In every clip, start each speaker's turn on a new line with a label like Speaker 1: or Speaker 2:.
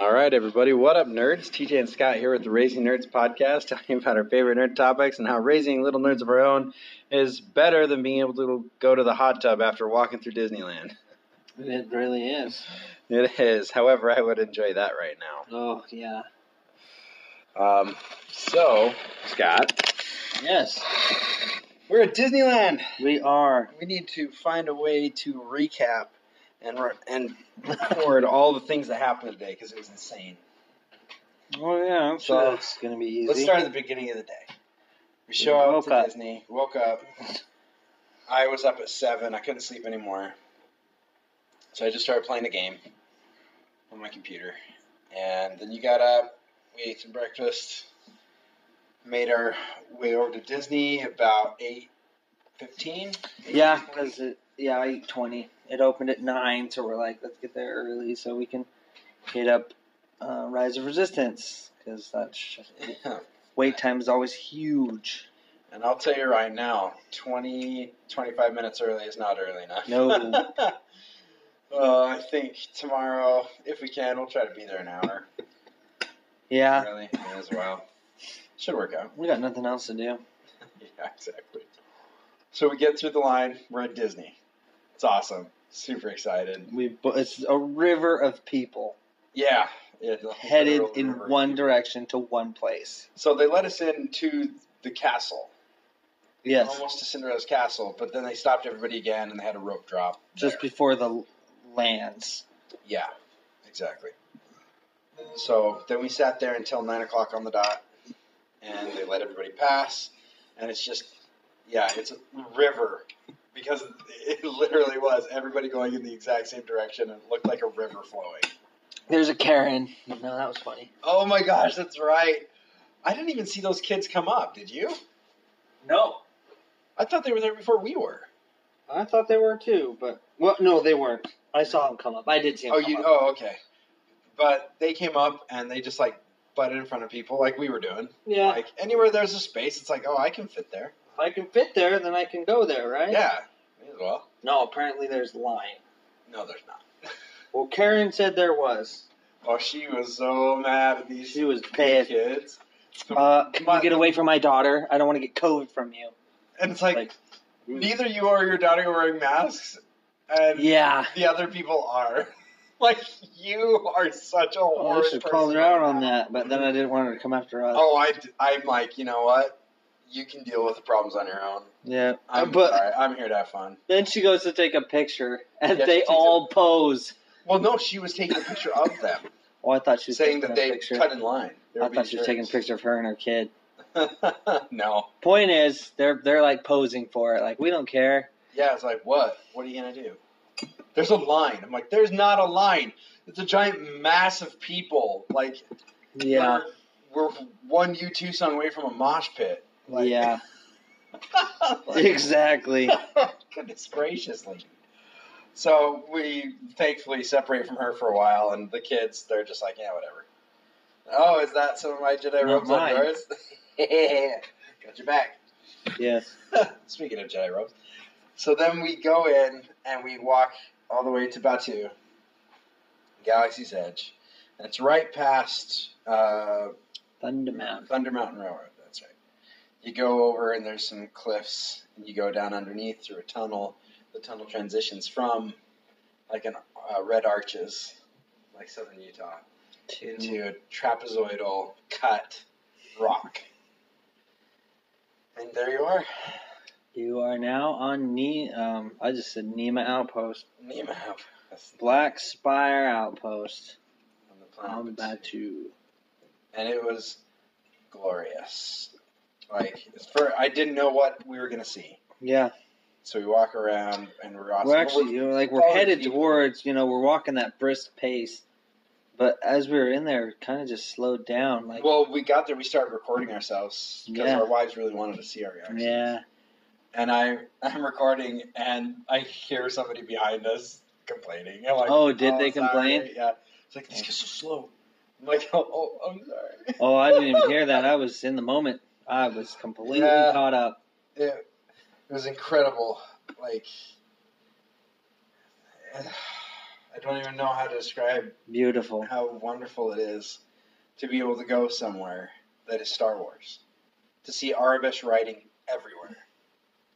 Speaker 1: All right, everybody. What up, nerds? TJ and Scott here with the Raising Nerds podcast, talking about our favorite nerd topics and how raising little nerds of our own is better than being able to go to the hot tub after walking through Disneyland.
Speaker 2: It really is.
Speaker 1: It is. However, I would enjoy that right now.
Speaker 2: Oh, yeah.
Speaker 1: Um, so, Scott,
Speaker 2: Yes,
Speaker 1: we're at Disneyland.
Speaker 2: we are.
Speaker 1: We need to find a way to recap and re- and record all the things that happened today because it was insane.
Speaker 2: Oh, yeah, I'm
Speaker 1: So,
Speaker 2: sure it's going to be easy.
Speaker 1: Let's start at the beginning of the day. We show
Speaker 2: We
Speaker 1: up
Speaker 2: woke
Speaker 1: to
Speaker 2: up.
Speaker 1: Disney. Woke up. I was up at seven. I couldn't sleep anymore, so I just started playing a game on my computer. And then you got up. We ate some breakfast. Made our way over to Disney about eight fifteen.
Speaker 2: Yeah, because yeah, eight twenty. It opened at nine, so we're like, let's get there early so we can hit up uh, Rise of Resistance because that's just- wait time is always huge.
Speaker 1: And I'll tell you right now, 20, 25 minutes early is not early enough.
Speaker 2: No.
Speaker 1: uh, I think tomorrow, if we can, we'll try to be there an hour.
Speaker 2: Yeah,
Speaker 1: Really, may as well. Should work out.
Speaker 2: we got nothing else to do.
Speaker 1: Yeah, exactly. So we get through the line. We're at Disney. It's awesome. Super excited.
Speaker 2: We bu- it's a river of people
Speaker 1: Yeah. it-
Speaker 2: headed
Speaker 1: literal
Speaker 2: in
Speaker 1: river.
Speaker 2: one direction to one place.
Speaker 1: So they let us into the castle,
Speaker 2: Yes,
Speaker 1: almost to Cinderella's castle, but then they stopped everybody again and they had a rope drop.
Speaker 2: just
Speaker 1: there.
Speaker 2: before the lands.
Speaker 1: Yeah, exactly. So then we sat there until nine o'clock on the dot, and they let everybody pass, and it's just, yeah, it's a river because it literally was everybody going in the exact same direction, and it looked like a river flowing.
Speaker 2: There's a Karen. No, that was funny.
Speaker 1: Oh my gosh, that's right. I didn't even see those kids come up. Did you?
Speaker 2: No,
Speaker 1: I thought they were there before we were.
Speaker 2: I thought they were too, but well, no, they weren't. I saw them come up. I did see them.
Speaker 1: Oh,
Speaker 2: come
Speaker 1: you?
Speaker 2: up.
Speaker 1: Oh, okay. But they came up and they just like butted in front of people like we were doing.
Speaker 2: Yeah,
Speaker 1: Like anywhere there's a space, it's like, oh, I can fit there.
Speaker 2: if I can fit there, then I can go there, right?
Speaker 1: Yeah, may as well.
Speaker 2: No, apparently there's line.
Speaker 1: No, there's not.
Speaker 2: Well, Karen said there was.
Speaker 1: Oh, she was so mad at these
Speaker 2: She was pissed.
Speaker 1: kids.
Speaker 2: Uh, can
Speaker 1: My-
Speaker 2: you get away from my daughter? I don't want to get COVID from you.
Speaker 1: And it's like,
Speaker 2: Like-
Speaker 1: neither you or your daughter are wearing masks, and
Speaker 2: Yeah.
Speaker 1: the other people are. Like, you are such a
Speaker 2: Well, Oh, I
Speaker 1: horrid
Speaker 2: should have called her
Speaker 1: person.
Speaker 2: out on that, but then I didn't want her to come after us.
Speaker 1: Oh, I, I'm like, you know what? You can deal with the problems on your own.
Speaker 2: Yeah.
Speaker 1: I'm
Speaker 2: Uh, but
Speaker 1: sorry. I'm here to have fun.
Speaker 2: then she goes to take a picture, and
Speaker 1: Yeah, she
Speaker 2: they
Speaker 1: takes
Speaker 2: all pose.
Speaker 1: Well, no, she was taking a picture of them,
Speaker 2: Oh, I thought she was
Speaker 1: saying
Speaker 2: taking
Speaker 1: that
Speaker 2: a
Speaker 1: they
Speaker 2: picture.
Speaker 1: cut in line. They were
Speaker 2: I
Speaker 1: being
Speaker 2: thought she was taking a
Speaker 1: jerks.
Speaker 2: picture of her and her kid.
Speaker 1: no.
Speaker 2: Point is, they're they're like posing for it. Like we don't care.
Speaker 1: Yeah, it's like, what? What are you gonna do? There's a line. I'm like, there's not a line. It's a giant mass of people. Like,
Speaker 2: Yeah,
Speaker 1: we're, we're one U two song away from a mosh pit. Like,
Speaker 2: yeah,
Speaker 1: like,
Speaker 2: exactly.
Speaker 1: goodness gracious, lady. So we thankfully separate from her for a while, and the kids, they're just like, yeah, whatever. Oh, is that some of my Jedi
Speaker 2: Not
Speaker 1: robes on
Speaker 2: mine.
Speaker 1: yours? Got your back.
Speaker 2: Yes.
Speaker 1: Speaking of Jedi robes. So then we go in and we walk all the way to Batu, Galaxy's Edge. And it's right past uh,
Speaker 2: Thunder Mountain.
Speaker 1: Thunder Mountain Railroad. That's right. You go over and there's some cliffs, and you go down underneath through a tunnel. The tunnel transitions from like an uh, red arches, like southern Utah, into a trapezoidal cut rock. And there you are.
Speaker 2: You are now on Ne. Um, I just said Nema Outpost,
Speaker 1: Nemo
Speaker 2: Black Spire Outpost
Speaker 1: on the planet.
Speaker 2: on Batu.
Speaker 1: And it was glorious. Like it's for I didn't know what we were gonna see.
Speaker 2: Yeah,
Speaker 1: So we walk around and we're awesome.
Speaker 2: we're actually you know, like we're
Speaker 1: following
Speaker 2: headed
Speaker 1: people.
Speaker 2: towards. You know, we're walking that brisk pace, but as we were in there, kind of just slowed down. Like
Speaker 1: well, we got there. We started recording ourselves because
Speaker 2: Yeah.
Speaker 1: our wives really wanted to see our reactions.
Speaker 2: yeah,
Speaker 1: And I I'm recording and I hear somebody behind us complaining. I'm like,
Speaker 2: Oh, did they
Speaker 1: sorry."
Speaker 2: complain?
Speaker 1: Yeah. It's like this gets so slow. I'm like, oh, oh I'm sorry.
Speaker 2: oh, I didn't even hear that. I was in the moment. I was completely
Speaker 1: Yeah.
Speaker 2: caught up.
Speaker 1: it, it was incredible. Like, I I don't even know how to describe
Speaker 2: Beautiful.
Speaker 1: how wonderful it is to be able to go somewhere that is Star Wars, to see Arabesh writing everywhere,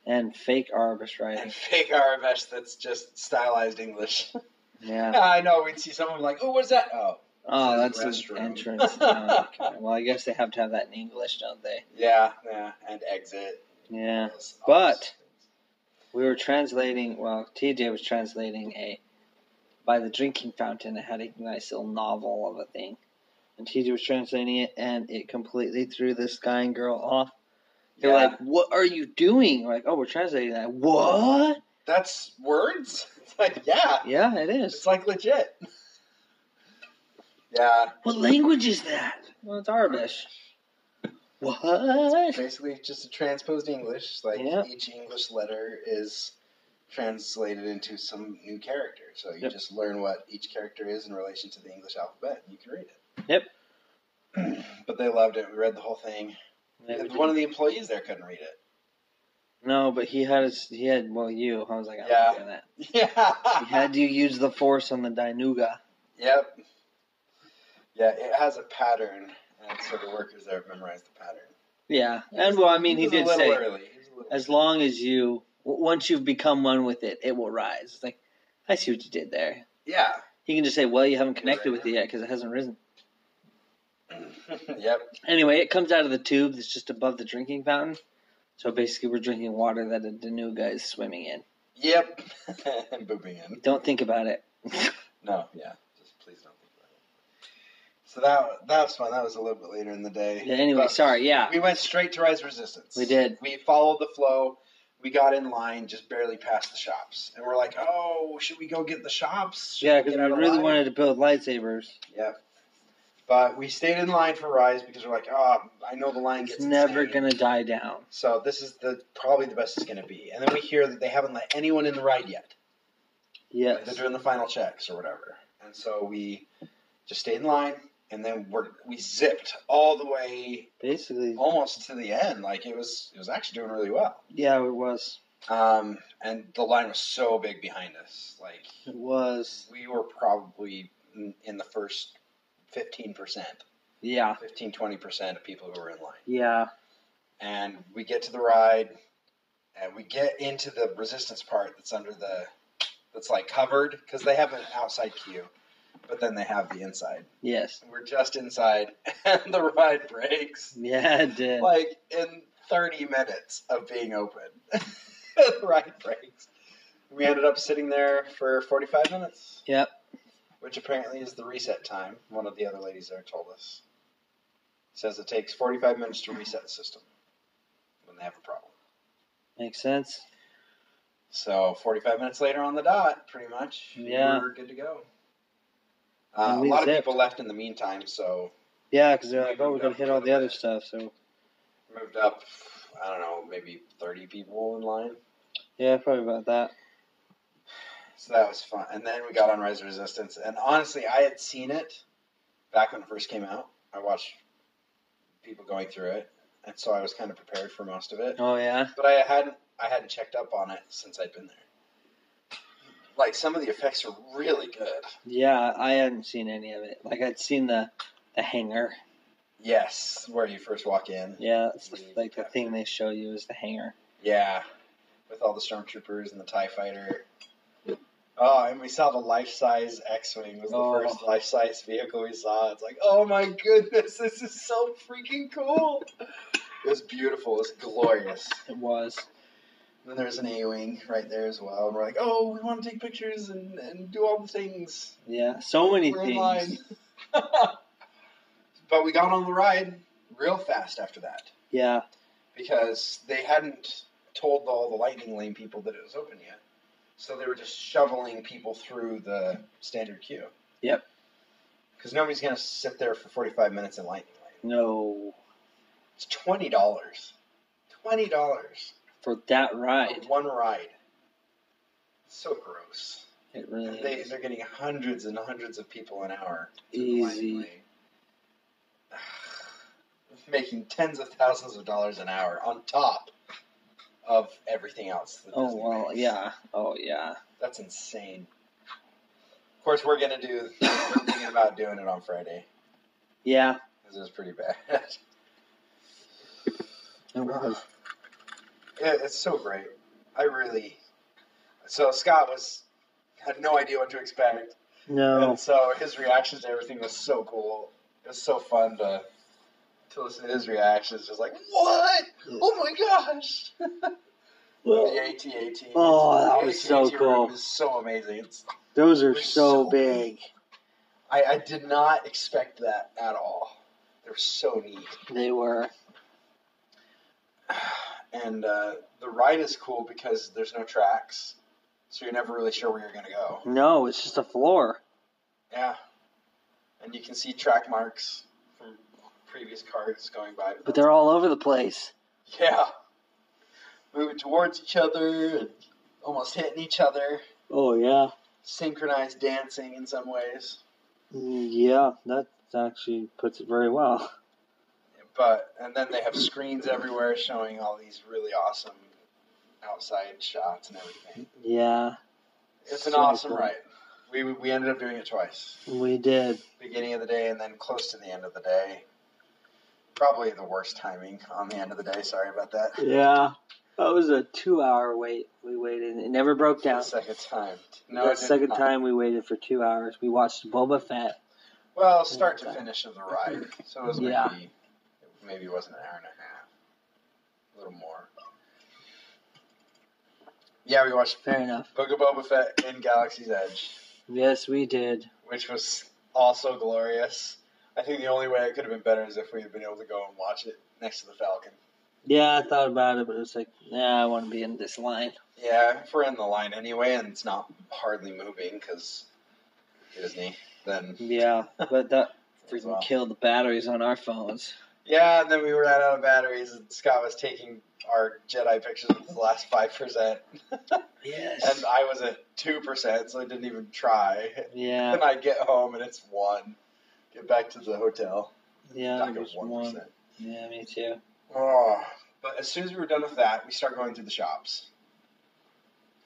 Speaker 2: And fake Arbish writing.
Speaker 1: and fake Arabesh that's just stylized English.
Speaker 2: Yeah.
Speaker 1: I know we'd see someone like, "Oh, what's that?" Oh,
Speaker 2: Oh,
Speaker 1: This
Speaker 2: that's
Speaker 1: is
Speaker 2: an
Speaker 1: restroom.
Speaker 2: entrance. Oh, okay. Well, I guess they have to have that in English, don't they?
Speaker 1: yeah, yeah, and exit.
Speaker 2: Yeah.
Speaker 1: All those- all
Speaker 2: But-
Speaker 1: those things.
Speaker 2: We were translating, well, TJ was translating a, by the drinking fountain, it had a nice little novel of a thing. And TJ was translating it, and it completely threw this guy and girl off. They're
Speaker 1: yeah,
Speaker 2: like, what are you doing? We're like, oh, we're translating that. What?
Speaker 1: that's words. It's like, yeah,
Speaker 2: Yeah, it is.
Speaker 1: it's like legit. yeah,
Speaker 2: What language is that? Well, it's Arabish.
Speaker 1: It's
Speaker 2: What?
Speaker 1: basically just a transposed English. Like
Speaker 2: Yeah.
Speaker 1: each English letter is translated into some new character. So you
Speaker 2: Yep.
Speaker 1: just learn what each character is in relation to the English alphabet, and you can read it. Yep. but they loved it. We read the whole thing. And one of the employees there couldn't read it.
Speaker 2: No, but he had his, he had well you. I was like, I'm
Speaker 1: Yeah.
Speaker 2: not doing that.
Speaker 1: Yeah.
Speaker 2: He had you use the force on the Dinuga.
Speaker 1: Yep. Yeah, it has a pattern, and so the workers there have memorized the pattern.
Speaker 2: Yeah, and well, I mean, he
Speaker 1: was a
Speaker 2: did
Speaker 1: little
Speaker 2: say
Speaker 1: early. He was a little-
Speaker 2: as long as you w- once you've become one with it, it will rise. It's like I see what you did there.
Speaker 1: Yeah.
Speaker 2: You can just say, well, you haven't connected with it yet because it hasn't risen.
Speaker 1: yep.
Speaker 2: Anyway, it comes out of the tube that's just above the drinking fountain. So basically, we're drinking water that a Dinuga is swimming in.
Speaker 1: Yep. and booping in.
Speaker 2: Don't think about it.
Speaker 1: No, yeah. Just please don't think about it. So that that was fun. That was a little bit later in the day.
Speaker 2: Yeah, anyway,
Speaker 1: But
Speaker 2: sorry. Yeah,
Speaker 1: We went straight to Rise Resistance.
Speaker 2: We did.
Speaker 1: We followed the flow. We got in line, just barely past the shops, and we're like, "Oh, should we go get the shops?" Should
Speaker 2: yeah,
Speaker 1: get
Speaker 2: because we
Speaker 1: out of
Speaker 2: really
Speaker 1: line?"
Speaker 2: wanted to build lightsabers.
Speaker 1: Yep. But we stayed in line for Rise because we're like, "Oh, I know the line
Speaker 2: It's
Speaker 1: gets
Speaker 2: never
Speaker 1: insane."
Speaker 2: gonna die down.
Speaker 1: So this is the probably the best it's gonna be. And then we hear that they haven't let anyone in the ride yet. Like,
Speaker 2: Yes.
Speaker 1: They're doing the final checks or whatever. And so we just stayed in line and then we're, we zipped all the way
Speaker 2: Basically,
Speaker 1: almost to the end. Like it was it was actually doing really well.
Speaker 2: yeah, it was.
Speaker 1: Um, and the line was so big behind us. Like
Speaker 2: It was.
Speaker 1: we were probably in- in the first 15%,
Speaker 2: Yeah.
Speaker 1: 15 20% of people who were in line.
Speaker 2: Yeah.
Speaker 1: And we get to the ride and we get into the resistance part that's under the that's like covered because they have an outside queue, but then they have the inside.
Speaker 2: Yes.
Speaker 1: We're just inside, and the ride breaks
Speaker 2: Yeah, it did.
Speaker 1: like in 30 minutes of being open. the ride breaks. We ended up sitting there for 45 minutes.
Speaker 2: Yep.
Speaker 1: Which apparently is the reset time. One of the other ladies there told us. Says it takes 45 minutes to reset the system when they have a problem.
Speaker 2: Makes sense.
Speaker 1: So 45 minutes later on the dot, pretty much.
Speaker 2: Yeah.
Speaker 1: We're good to go. Uh,
Speaker 2: And
Speaker 1: a
Speaker 2: we
Speaker 1: lot of
Speaker 2: zipped.
Speaker 1: people left in the meantime, so
Speaker 2: Yeah, because they're like, oh, we're gonna hit all the other stuff. So
Speaker 1: moved up. I don't know, maybe thirty people in line.
Speaker 2: yeah, probably about that.
Speaker 1: So that was fun. And then we got on Rise of Resistance, and honestly, I had seen it back when it first came out. I watched people going through it, and so I was kind of prepared for most of it.
Speaker 2: Oh yeah.
Speaker 1: But I hadn't, I hadn't checked up on it since I'd been there. Like some of the effects are really good.
Speaker 2: Yeah, I hadn't seen any of it. Like I'd seen the the hangar.
Speaker 1: Yes, where you first walk in.
Speaker 2: Yeah, it's the, like the thing they show you is the hangar.
Speaker 1: Yeah, with all the stormtroopers and the Tie Fighter. Oh, and we saw the life-size X-wing was the
Speaker 2: Oh.
Speaker 1: first life-size vehicle we saw. It's like, oh my goodness, this is so freaking cool. It was beautiful. It was glorious.
Speaker 2: It was.
Speaker 1: And then there's an A-wing right there as well, and we're like, oh, we want to take pictures and, and do all the things.
Speaker 2: Yeah, so many
Speaker 1: We're in line.
Speaker 2: things.
Speaker 1: but we got on the ride real fast after that
Speaker 2: Yeah,
Speaker 1: because they hadn't told all the lightning lane people that it was open yet. So they were just shoveling people through the standard queue.
Speaker 2: Yep.
Speaker 1: Because nobody's going to sit there for 45 minutes in lightning lane.
Speaker 2: no,
Speaker 1: It's $20. $20
Speaker 2: for that
Speaker 1: for
Speaker 2: ride,
Speaker 1: one ride. It's so gross.
Speaker 2: it
Speaker 1: And
Speaker 2: really
Speaker 1: They,
Speaker 2: is
Speaker 1: they're getting hundreds and hundreds of people an hour. through the lightning
Speaker 2: easy.
Speaker 1: lane. Making tens of thousands of dollars an hour on top of everything else. that
Speaker 2: Oh
Speaker 1: Disney
Speaker 2: well,
Speaker 1: makes.
Speaker 2: yeah. Oh yeah.
Speaker 1: That's insane. Of course, we're gonna do. I'm thinking about doing it on Friday.
Speaker 2: Yeah,
Speaker 1: This is pretty bad.
Speaker 2: it was.
Speaker 1: Yeah, it's so great. I really. So Scott was had no idea what to expect,
Speaker 2: No,
Speaker 1: and so his reactions to everything was so cool. It was so fun to to listen to his reactions. Just like what? Oh my gosh! the ATAT.
Speaker 2: Oh, that
Speaker 1: The
Speaker 2: was so
Speaker 1: AT&T room
Speaker 2: cool.
Speaker 1: Is so amazing. It's,
Speaker 2: those are
Speaker 1: they're
Speaker 2: so
Speaker 1: so
Speaker 2: big.
Speaker 1: I, I did not expect that at all. They're so neat.
Speaker 2: They were.
Speaker 1: and uh, the ride is cool because there's no tracks, so you're never really sure where you're gonna go.
Speaker 2: No, it's just a floor.
Speaker 1: Yeah, and you can see track marks from previous cars going by.
Speaker 2: But they're all over the place.
Speaker 1: yeah, moving towards each other and almost hitting each other,
Speaker 2: Oh yeah.
Speaker 1: synchronized dancing in some ways.
Speaker 2: Mm, Yeah, that actually puts it very well.
Speaker 1: But and then they have screens everywhere showing all these really awesome outside shots and everything.
Speaker 2: Yeah,
Speaker 1: It's an
Speaker 2: So
Speaker 1: awesome
Speaker 2: cool.
Speaker 1: ride. We we ended up doing it twice.
Speaker 2: we did.
Speaker 1: beginning of the day and then close to the end of the day. Probably the worst timing on the end of the day. Sorry about that.
Speaker 2: Yeah, that was a two-hour wait. We waited. It never broke
Speaker 1: The
Speaker 2: down.
Speaker 1: second time. No,
Speaker 2: No,
Speaker 1: it
Speaker 2: that
Speaker 1: did
Speaker 2: second
Speaker 1: not.
Speaker 2: time we waited for two hours. We watched Boba Fett.
Speaker 1: Well, start to finish of the ride. So it was
Speaker 2: Yeah.
Speaker 1: maybe maybe it was an hour and a half, a little more. Yeah, we watched
Speaker 2: Fair enough.
Speaker 1: Book of Boba Fett in Galaxy's Edge,
Speaker 2: Yes, we did.
Speaker 1: which was also glorious. I think the only way it could have been better is if we had been able to go and watch it next to the Falcon.
Speaker 2: Yeah, I thought about it, but it was like, nah, I want to be in this line.
Speaker 1: Yeah, if we're in the line anyway, and it's not hardly moving because Disney, then
Speaker 2: Yeah, but that
Speaker 1: as
Speaker 2: freaking
Speaker 1: well.
Speaker 2: killed the batteries on our phones.
Speaker 1: yeah. And then we ran out of batteries, and Scott was taking our Jedi pictures with the last five percent,
Speaker 2: Yes.
Speaker 1: and I was at two percent, so I didn't even try.
Speaker 2: Yeah,
Speaker 1: And I get home, and it's one. Get back to the hotel.
Speaker 2: yeah,
Speaker 1: Back
Speaker 2: it
Speaker 1: at
Speaker 2: was
Speaker 1: one
Speaker 2: one.
Speaker 1: percent.
Speaker 2: Yeah, me too.
Speaker 1: Oh, but as soon as we were done with that, we start going through the shops.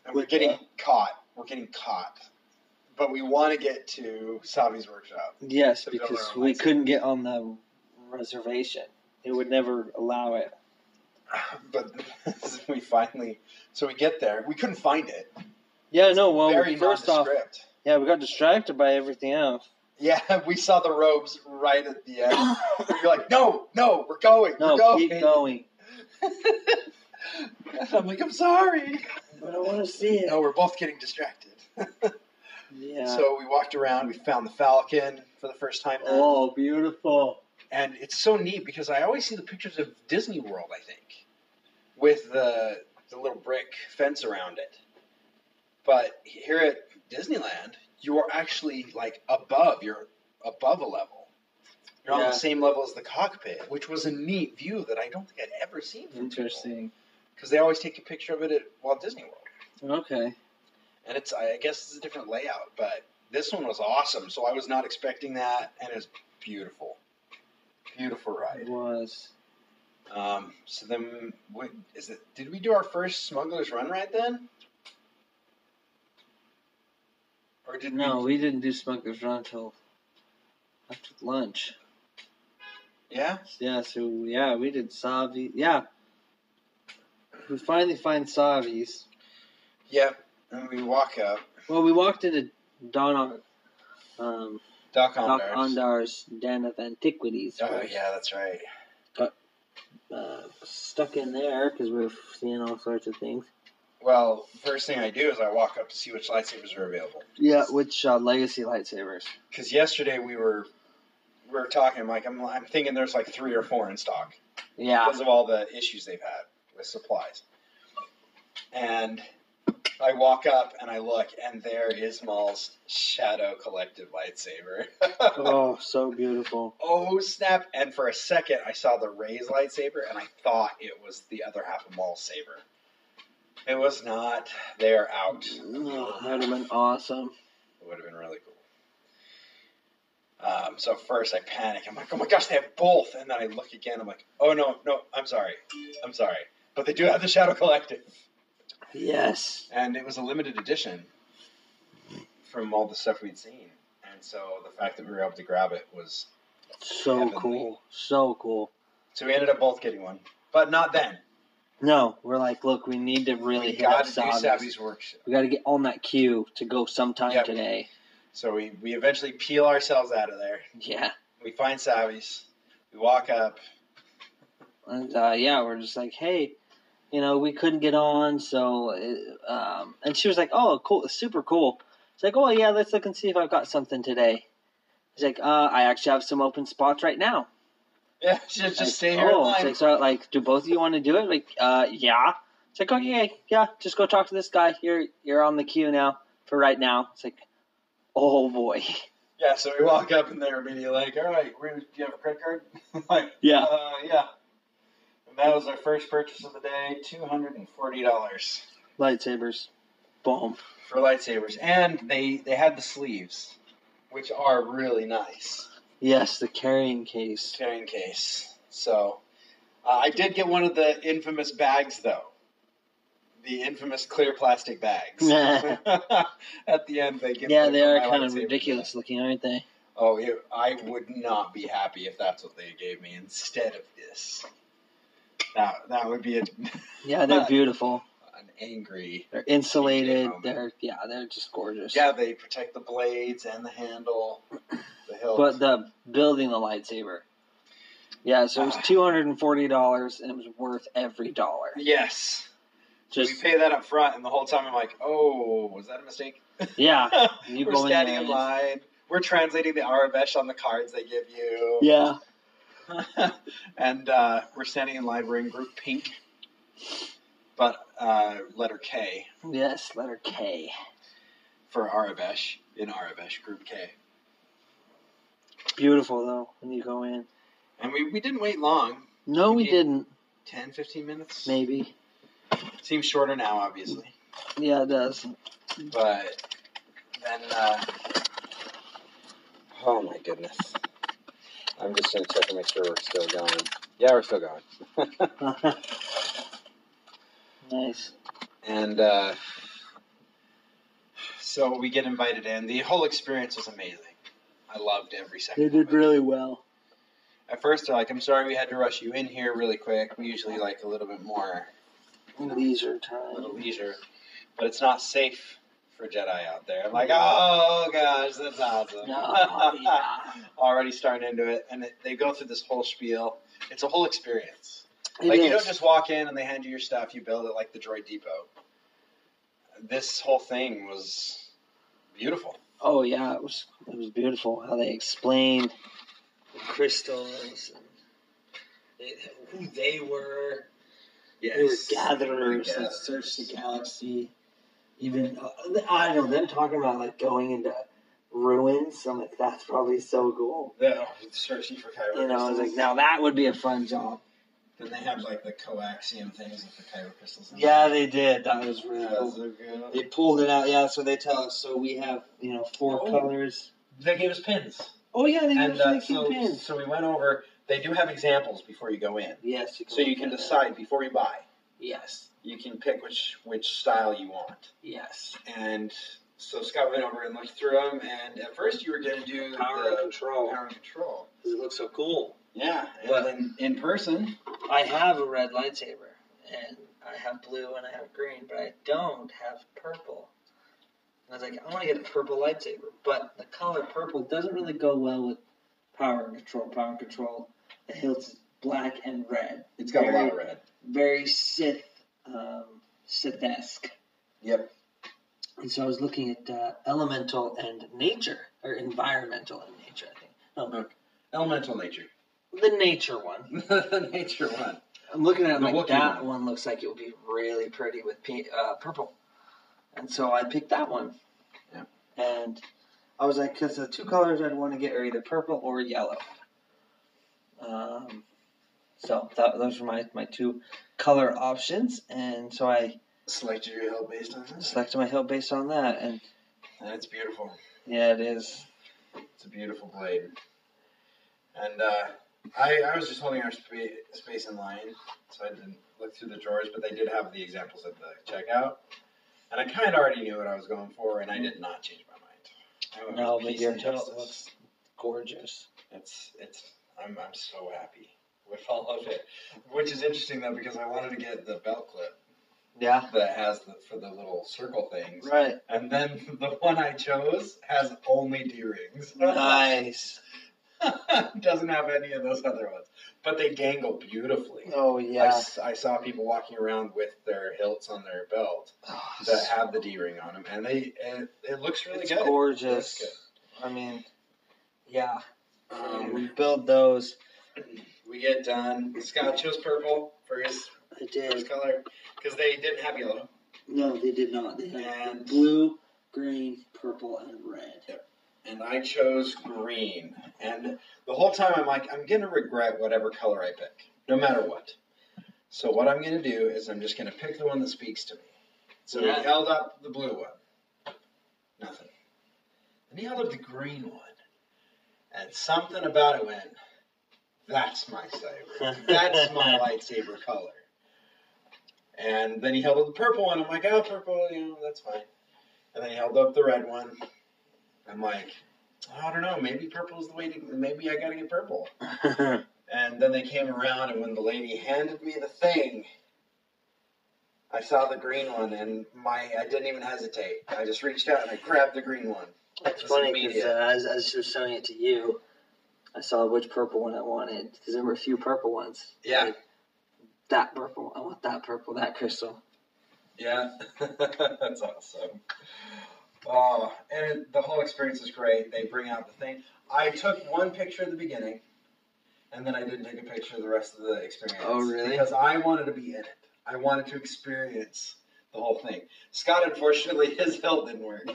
Speaker 1: And we're
Speaker 2: With uh,
Speaker 1: getting caught. We're getting caught. But we want to get to Savi's workshop.
Speaker 2: Yes,
Speaker 1: To build our
Speaker 2: because
Speaker 1: own
Speaker 2: we
Speaker 1: lightsaber.
Speaker 2: couldn't get on the reservation. It would never allow it.
Speaker 1: but we finally, so we get there. We couldn't find it.
Speaker 2: Yeah, no. Well,
Speaker 1: Very
Speaker 2: first off,
Speaker 1: nondescript.
Speaker 2: yeah, we got distracted by everything else.
Speaker 1: Yeah, we saw the robes right at the end. we were like, no, no, we're going, we're
Speaker 2: no,
Speaker 1: going.
Speaker 2: keep going.
Speaker 1: And I'm like, I'm sorry.
Speaker 2: But I want to see it.
Speaker 1: No, we're both getting distracted.
Speaker 2: Yeah.
Speaker 1: So uh, we walked around. We found the Falcon for the first time. then.
Speaker 2: oh, beautiful.
Speaker 1: And it's so neat because I always see the pictures of Disney World, I think, with the, the little brick fence around it. But here at Disneyland, you are actually like above, you're above a level. You're on
Speaker 2: Yeah.
Speaker 1: the same level as the cockpit, which was a neat view that I don't think I'd ever seen from
Speaker 2: Interesting.
Speaker 1: Because they always take a picture of it at Walt Disney World.
Speaker 2: Okay.
Speaker 1: And it's, I guess it's a different layout, but this one was awesome. So I was not expecting that, and it was beautiful. Beautiful ride.
Speaker 2: It was.
Speaker 1: Um, so then, what is it? Did we do our first Smuggler's Run ride then? Or did
Speaker 2: No, we didn't do Smuggler's Run until after lunch.
Speaker 1: we? Yeah.
Speaker 2: Yeah, so yeah, we did Savi. Yeah. We finally find Savi's.
Speaker 1: Yeah. And we walk up.
Speaker 2: Well, we walked into Don um,
Speaker 1: Doc
Speaker 2: Doc
Speaker 1: Ondars.
Speaker 2: Ondar's Den of Antiquities.
Speaker 1: Oh
Speaker 2: first.
Speaker 1: yeah, that's right.
Speaker 2: Uh, stuck in there because we were seeing all sorts of things.
Speaker 1: Well, first thing I do is I walk up to see which lightsabers are available.
Speaker 2: Yeah, which uh, legacy lightsabers?
Speaker 1: Because yesterday we were we were talking like I'm I'm thinking there's like three or four in stock.
Speaker 2: Yeah.
Speaker 1: because of all the issues they've had with supplies. And I walk up and I look, and there is Maul's Shadow Collective lightsaber.
Speaker 2: oh, so beautiful.
Speaker 1: oh snap! And for a second, I saw the Ray's lightsaber, and I thought it was the other half of Maul's saber. It was not. They're out.
Speaker 2: Oh, that would have been awesome.
Speaker 1: It would have been really cool. Um, so first I panic. I'm like, oh my gosh, they have both. And then I look again. I'm like, oh no, no, I'm sorry, I'm sorry. But they do have the Shadow Collective.
Speaker 2: Yes.
Speaker 1: and it was a limited edition from all the stuff we'd seen, and so the fact that we were able to grab it was
Speaker 2: So
Speaker 1: Heavenly.
Speaker 2: cool. So cool.
Speaker 1: so we ended up both getting one, but not then.
Speaker 2: No, we're like, look, we need to really
Speaker 1: we
Speaker 2: hit up
Speaker 1: got to do
Speaker 2: Savvy's.
Speaker 1: Savvy's work.
Speaker 2: We got to get on that queue to go sometime
Speaker 1: Yep.
Speaker 2: today.
Speaker 1: So we we eventually peel ourselves out of there.
Speaker 2: Yeah.
Speaker 1: We find Savvy's. We walk up.
Speaker 2: And uh, yeah, we're just like, hey, you know, we couldn't get on, so. uh, Um, and she was like, oh, cool, super cool. It's like, oh yeah, let's look and see if I've got something today. He's like, uh, I actually have some open spots right now.
Speaker 1: Yeah, just,
Speaker 2: Like,
Speaker 1: just stay here. in
Speaker 2: oh,
Speaker 1: line.
Speaker 2: it's like, so like, do both of you want to do it? Like, uh, yeah. It's like, okay, yeah, just go talk to this guy. You're you're on the queue now for right now. It's like, oh boy.
Speaker 1: Yeah, so we walk up and they're immediately like, "All right, we're, do you have a credit card?" I'm like,
Speaker 2: Yeah.
Speaker 1: uh, yeah. And that was our first purchase of the day: two hundred and forty dollars
Speaker 2: Lightsabers, boom.
Speaker 1: for lightsabers, and they they had the sleeves, which are really nice
Speaker 2: Yes, the carrying case.
Speaker 1: carrying case. So uh, I did get one of the infamous bags, though. The infamous clear plastic bags. At the end, they give
Speaker 2: yeah,
Speaker 1: me
Speaker 2: they
Speaker 1: for
Speaker 2: are
Speaker 1: my
Speaker 2: kind of
Speaker 1: lightsaber.
Speaker 2: ridiculous looking, aren't they?
Speaker 1: Oh, it, I would not be happy if that's what they gave me instead of this. That that would be a,
Speaker 2: Yeah, they're beautiful.
Speaker 1: an angry.
Speaker 2: They're insulated.
Speaker 1: moment.
Speaker 2: They're yeah, they're just gorgeous.
Speaker 1: Yeah, they protect the blades and the handle, the hilt.
Speaker 2: But the building the lightsaber. Yeah, so it was
Speaker 1: Ah.
Speaker 2: two hundred and forty dollars, and it was worth every dollar.
Speaker 1: yes,
Speaker 2: Just
Speaker 1: we pay that up front, and the whole time I'm like, oh, was that a mistake?
Speaker 2: yeah, you
Speaker 1: We're
Speaker 2: go
Speaker 1: standing
Speaker 2: in there
Speaker 1: in
Speaker 2: and it's-
Speaker 1: line. We're translating the Arabesh on the cards they give you.
Speaker 2: yeah.
Speaker 1: and uh, we're standing in line. We're in group pink, but uh, letter K.
Speaker 2: Yes, letter K.
Speaker 1: for Arabesh in Arabesh Group K.
Speaker 2: Beautiful though when you go in.
Speaker 1: And we, we didn't wait long
Speaker 2: No, we
Speaker 1: Okay.
Speaker 2: didn't.
Speaker 1: 10, 15 minutes.
Speaker 2: Maybe.
Speaker 1: Seems shorter now, obviously.
Speaker 2: Yeah, it does.
Speaker 1: But then. Uh, oh my goodness. I'm just going to check and make sure we're still going. Yeah, we're still going.
Speaker 2: nice.
Speaker 1: And uh, so we get invited in. The whole experience was amazing. I loved every second.
Speaker 2: They
Speaker 1: of
Speaker 2: did
Speaker 1: it.
Speaker 2: really well.
Speaker 1: At first, they're like, I'm sorry we had to rush you in here really quick. We usually like a little bit more
Speaker 2: Leisure
Speaker 1: a little
Speaker 2: time.
Speaker 1: leisure, but it's not safe for Jedi out there. I'm like, oh gosh, that's awesome.
Speaker 2: No, yeah.
Speaker 1: Already starting into it, and it, they go through this whole spiel. It's a whole experience.
Speaker 2: It
Speaker 1: like you don't
Speaker 2: is.
Speaker 1: just walk in and they hand you your stuff. You build it like the Droid Depot. This whole thing was beautiful.
Speaker 2: Oh yeah, it was it was beautiful how they explained the crystals and they, who they were. They were gatherers that searched the galaxy. Even uh, I don't know them talking about like going into ruins. I'm like, that's probably so cool.
Speaker 1: Yeah, searching for Kyber
Speaker 2: You know, I was like,
Speaker 1: crystals.
Speaker 2: now that would be a fun job.
Speaker 1: Then they have like the coaxium things with the Kyber crystals. in
Speaker 2: Yeah,
Speaker 1: them.
Speaker 2: they did. That was really
Speaker 1: That was
Speaker 2: cool.
Speaker 1: so good.
Speaker 2: They pulled it out. Yeah, so they tell us. So we have you know four
Speaker 1: Oh.
Speaker 2: colors.
Speaker 1: They gave us pins.
Speaker 2: Oh yeah, they
Speaker 1: and
Speaker 2: have
Speaker 1: uh,
Speaker 2: uh,
Speaker 1: so,
Speaker 2: pins.
Speaker 1: so we went over. They do have examples before you go in,
Speaker 2: yes, you
Speaker 1: so you can
Speaker 2: look at that.
Speaker 1: decide before you buy.
Speaker 2: Yes,
Speaker 1: You can pick which which style you want.
Speaker 2: yes.
Speaker 1: And so Scott went over and looked through them. And at first, you were going to do
Speaker 2: Power and
Speaker 1: the
Speaker 2: control
Speaker 1: power and control.
Speaker 2: because it looks so cool.
Speaker 1: Yeah, and
Speaker 2: But-
Speaker 1: then in person,
Speaker 2: I have a red lightsaber, and I have blue and I have green, but I don't have purple. And I was like, I want to get a purple lightsaber, but the color purple doesn't really go well with power and control. Power and control, the hilt is black and red,
Speaker 1: it's got a lot of
Speaker 2: Very-
Speaker 1: red.
Speaker 2: very Sith, um, Sith esque.
Speaker 1: Yep.
Speaker 2: And so I was looking at uh, elemental and nature, or environmental and nature, I think. No, no,
Speaker 1: Elemental nature.
Speaker 2: the nature one.
Speaker 1: the nature one.
Speaker 2: I'm looking at it
Speaker 1: The
Speaker 2: like
Speaker 1: Wookiee
Speaker 2: that
Speaker 1: one.
Speaker 2: one. looks like it would be really pretty with pink, uh, purple, and so I picked that one.
Speaker 1: Yeah.
Speaker 2: And I was like, because the two colors I'd want to get are either purple or yellow. Um, so that, those were my my two color options, and so I
Speaker 1: Selected your hill based on this.
Speaker 2: selected my hilt based on that. And
Speaker 1: And it's beautiful.
Speaker 2: yeah, it is.
Speaker 1: It's a beautiful blade. And uh, I, I was just holding our spa- space in line, so I didn't look through the drawers, but they did have the examples at the checkout. And I kind of already knew what I was going for, and I did not change my mind. Oh, it
Speaker 3: No,
Speaker 1: was
Speaker 3: but
Speaker 1: peace
Speaker 3: your
Speaker 1: and
Speaker 3: total
Speaker 1: justice.
Speaker 3: looks gorgeous.
Speaker 1: It's it's I'm I'm so happy with all of it, which is interesting though because I wanted to get the belt clip
Speaker 3: Yeah.
Speaker 1: that has the for the little circle things,
Speaker 3: Right.
Speaker 1: and then the one I chose has only D rings.
Speaker 3: Nice.
Speaker 1: Doesn't have any of those other ones, but they dangle beautifully.
Speaker 3: Oh
Speaker 1: I
Speaker 3: yeah.
Speaker 1: s- I, saw people walking around with their hilts on their belt
Speaker 3: Oh,
Speaker 1: that have the D ring on them, and they it, it looks really
Speaker 3: it's
Speaker 1: good.
Speaker 3: gorgeous.
Speaker 1: It
Speaker 3: I mean, yeah.
Speaker 1: Um,
Speaker 3: we build those.
Speaker 1: we get done. Scott chose purple for his
Speaker 3: I
Speaker 1: first color because they didn't have yellow.
Speaker 3: No, they did not. They
Speaker 1: had And-
Speaker 3: blue, green, purple, and red.
Speaker 1: and I chose green. And the whole time I'm like, I'm gonna regret whatever color I pick, no matter what. So what I'm gonna do is I'm just gonna pick the one that speaks to me. So
Speaker 3: Yeah.
Speaker 1: he held up the blue one, nothing. And he held up the green one, and something about it went, that's my saber. That's my lightsaber color. And then he held up the purple one. I'm like, oh, purple, you know, that's fine. And then he held up the red one. I'm like, "Oh, I don't know. Maybe purple's the way to. Maybe I gotta get purple. And then they came around, and when the lady handed me the thing, I saw the green one, and my I didn't even hesitate. I just reached out and I grabbed the green one.
Speaker 2: That's
Speaker 1: It's
Speaker 2: funny because
Speaker 1: immediate.
Speaker 2: uh, as, as she was showing it to you, I saw which purple one I wanted because there were a few purple ones.
Speaker 1: Yeah,
Speaker 2: That purple, I want that purple, that crystal.
Speaker 1: yeah, that's awesome. Oh, and the whole experience is great. They bring out the thing. I took one picture at the beginning, and then I didn't take a picture of the rest of the experience.
Speaker 2: Oh, really?
Speaker 1: Because I wanted to be in it. I wanted to experience the whole thing. Scott, unfortunately, his health didn't work.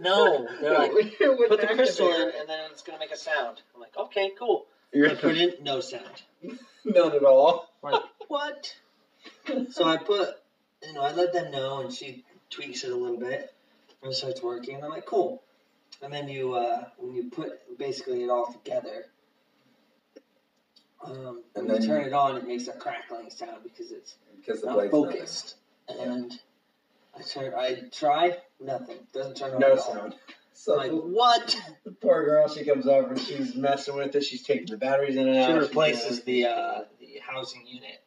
Speaker 3: No, they're like
Speaker 1: It wouldn't
Speaker 3: put the crystal in,
Speaker 1: activate
Speaker 3: and then it's gonna make a sound. I'm like, okay, cool. I
Speaker 1: it.
Speaker 3: put in no sound.
Speaker 1: Not at all.
Speaker 2: What? So I put, you know, I let them know, and she tweaks it a little bit, and it starts working. I'm like, cool. And then you, uh, when you put basically it all together, um,
Speaker 1: And
Speaker 2: and when
Speaker 1: then-
Speaker 2: you turn it on, it makes a crackling sound because it's
Speaker 1: Because the
Speaker 2: not
Speaker 1: blade's
Speaker 2: focused. And I turn, I try, nothing. Doesn't turn
Speaker 1: not
Speaker 2: on
Speaker 1: there.
Speaker 2: at
Speaker 1: No
Speaker 2: all.
Speaker 1: sound.
Speaker 2: I'm like,
Speaker 1: So
Speaker 2: what?
Speaker 1: the poor girl, she comes over and she's messing with it. She's taking the batteries in and out.
Speaker 2: She
Speaker 1: She's
Speaker 2: replaces
Speaker 1: doing-
Speaker 2: the uh, the housing unit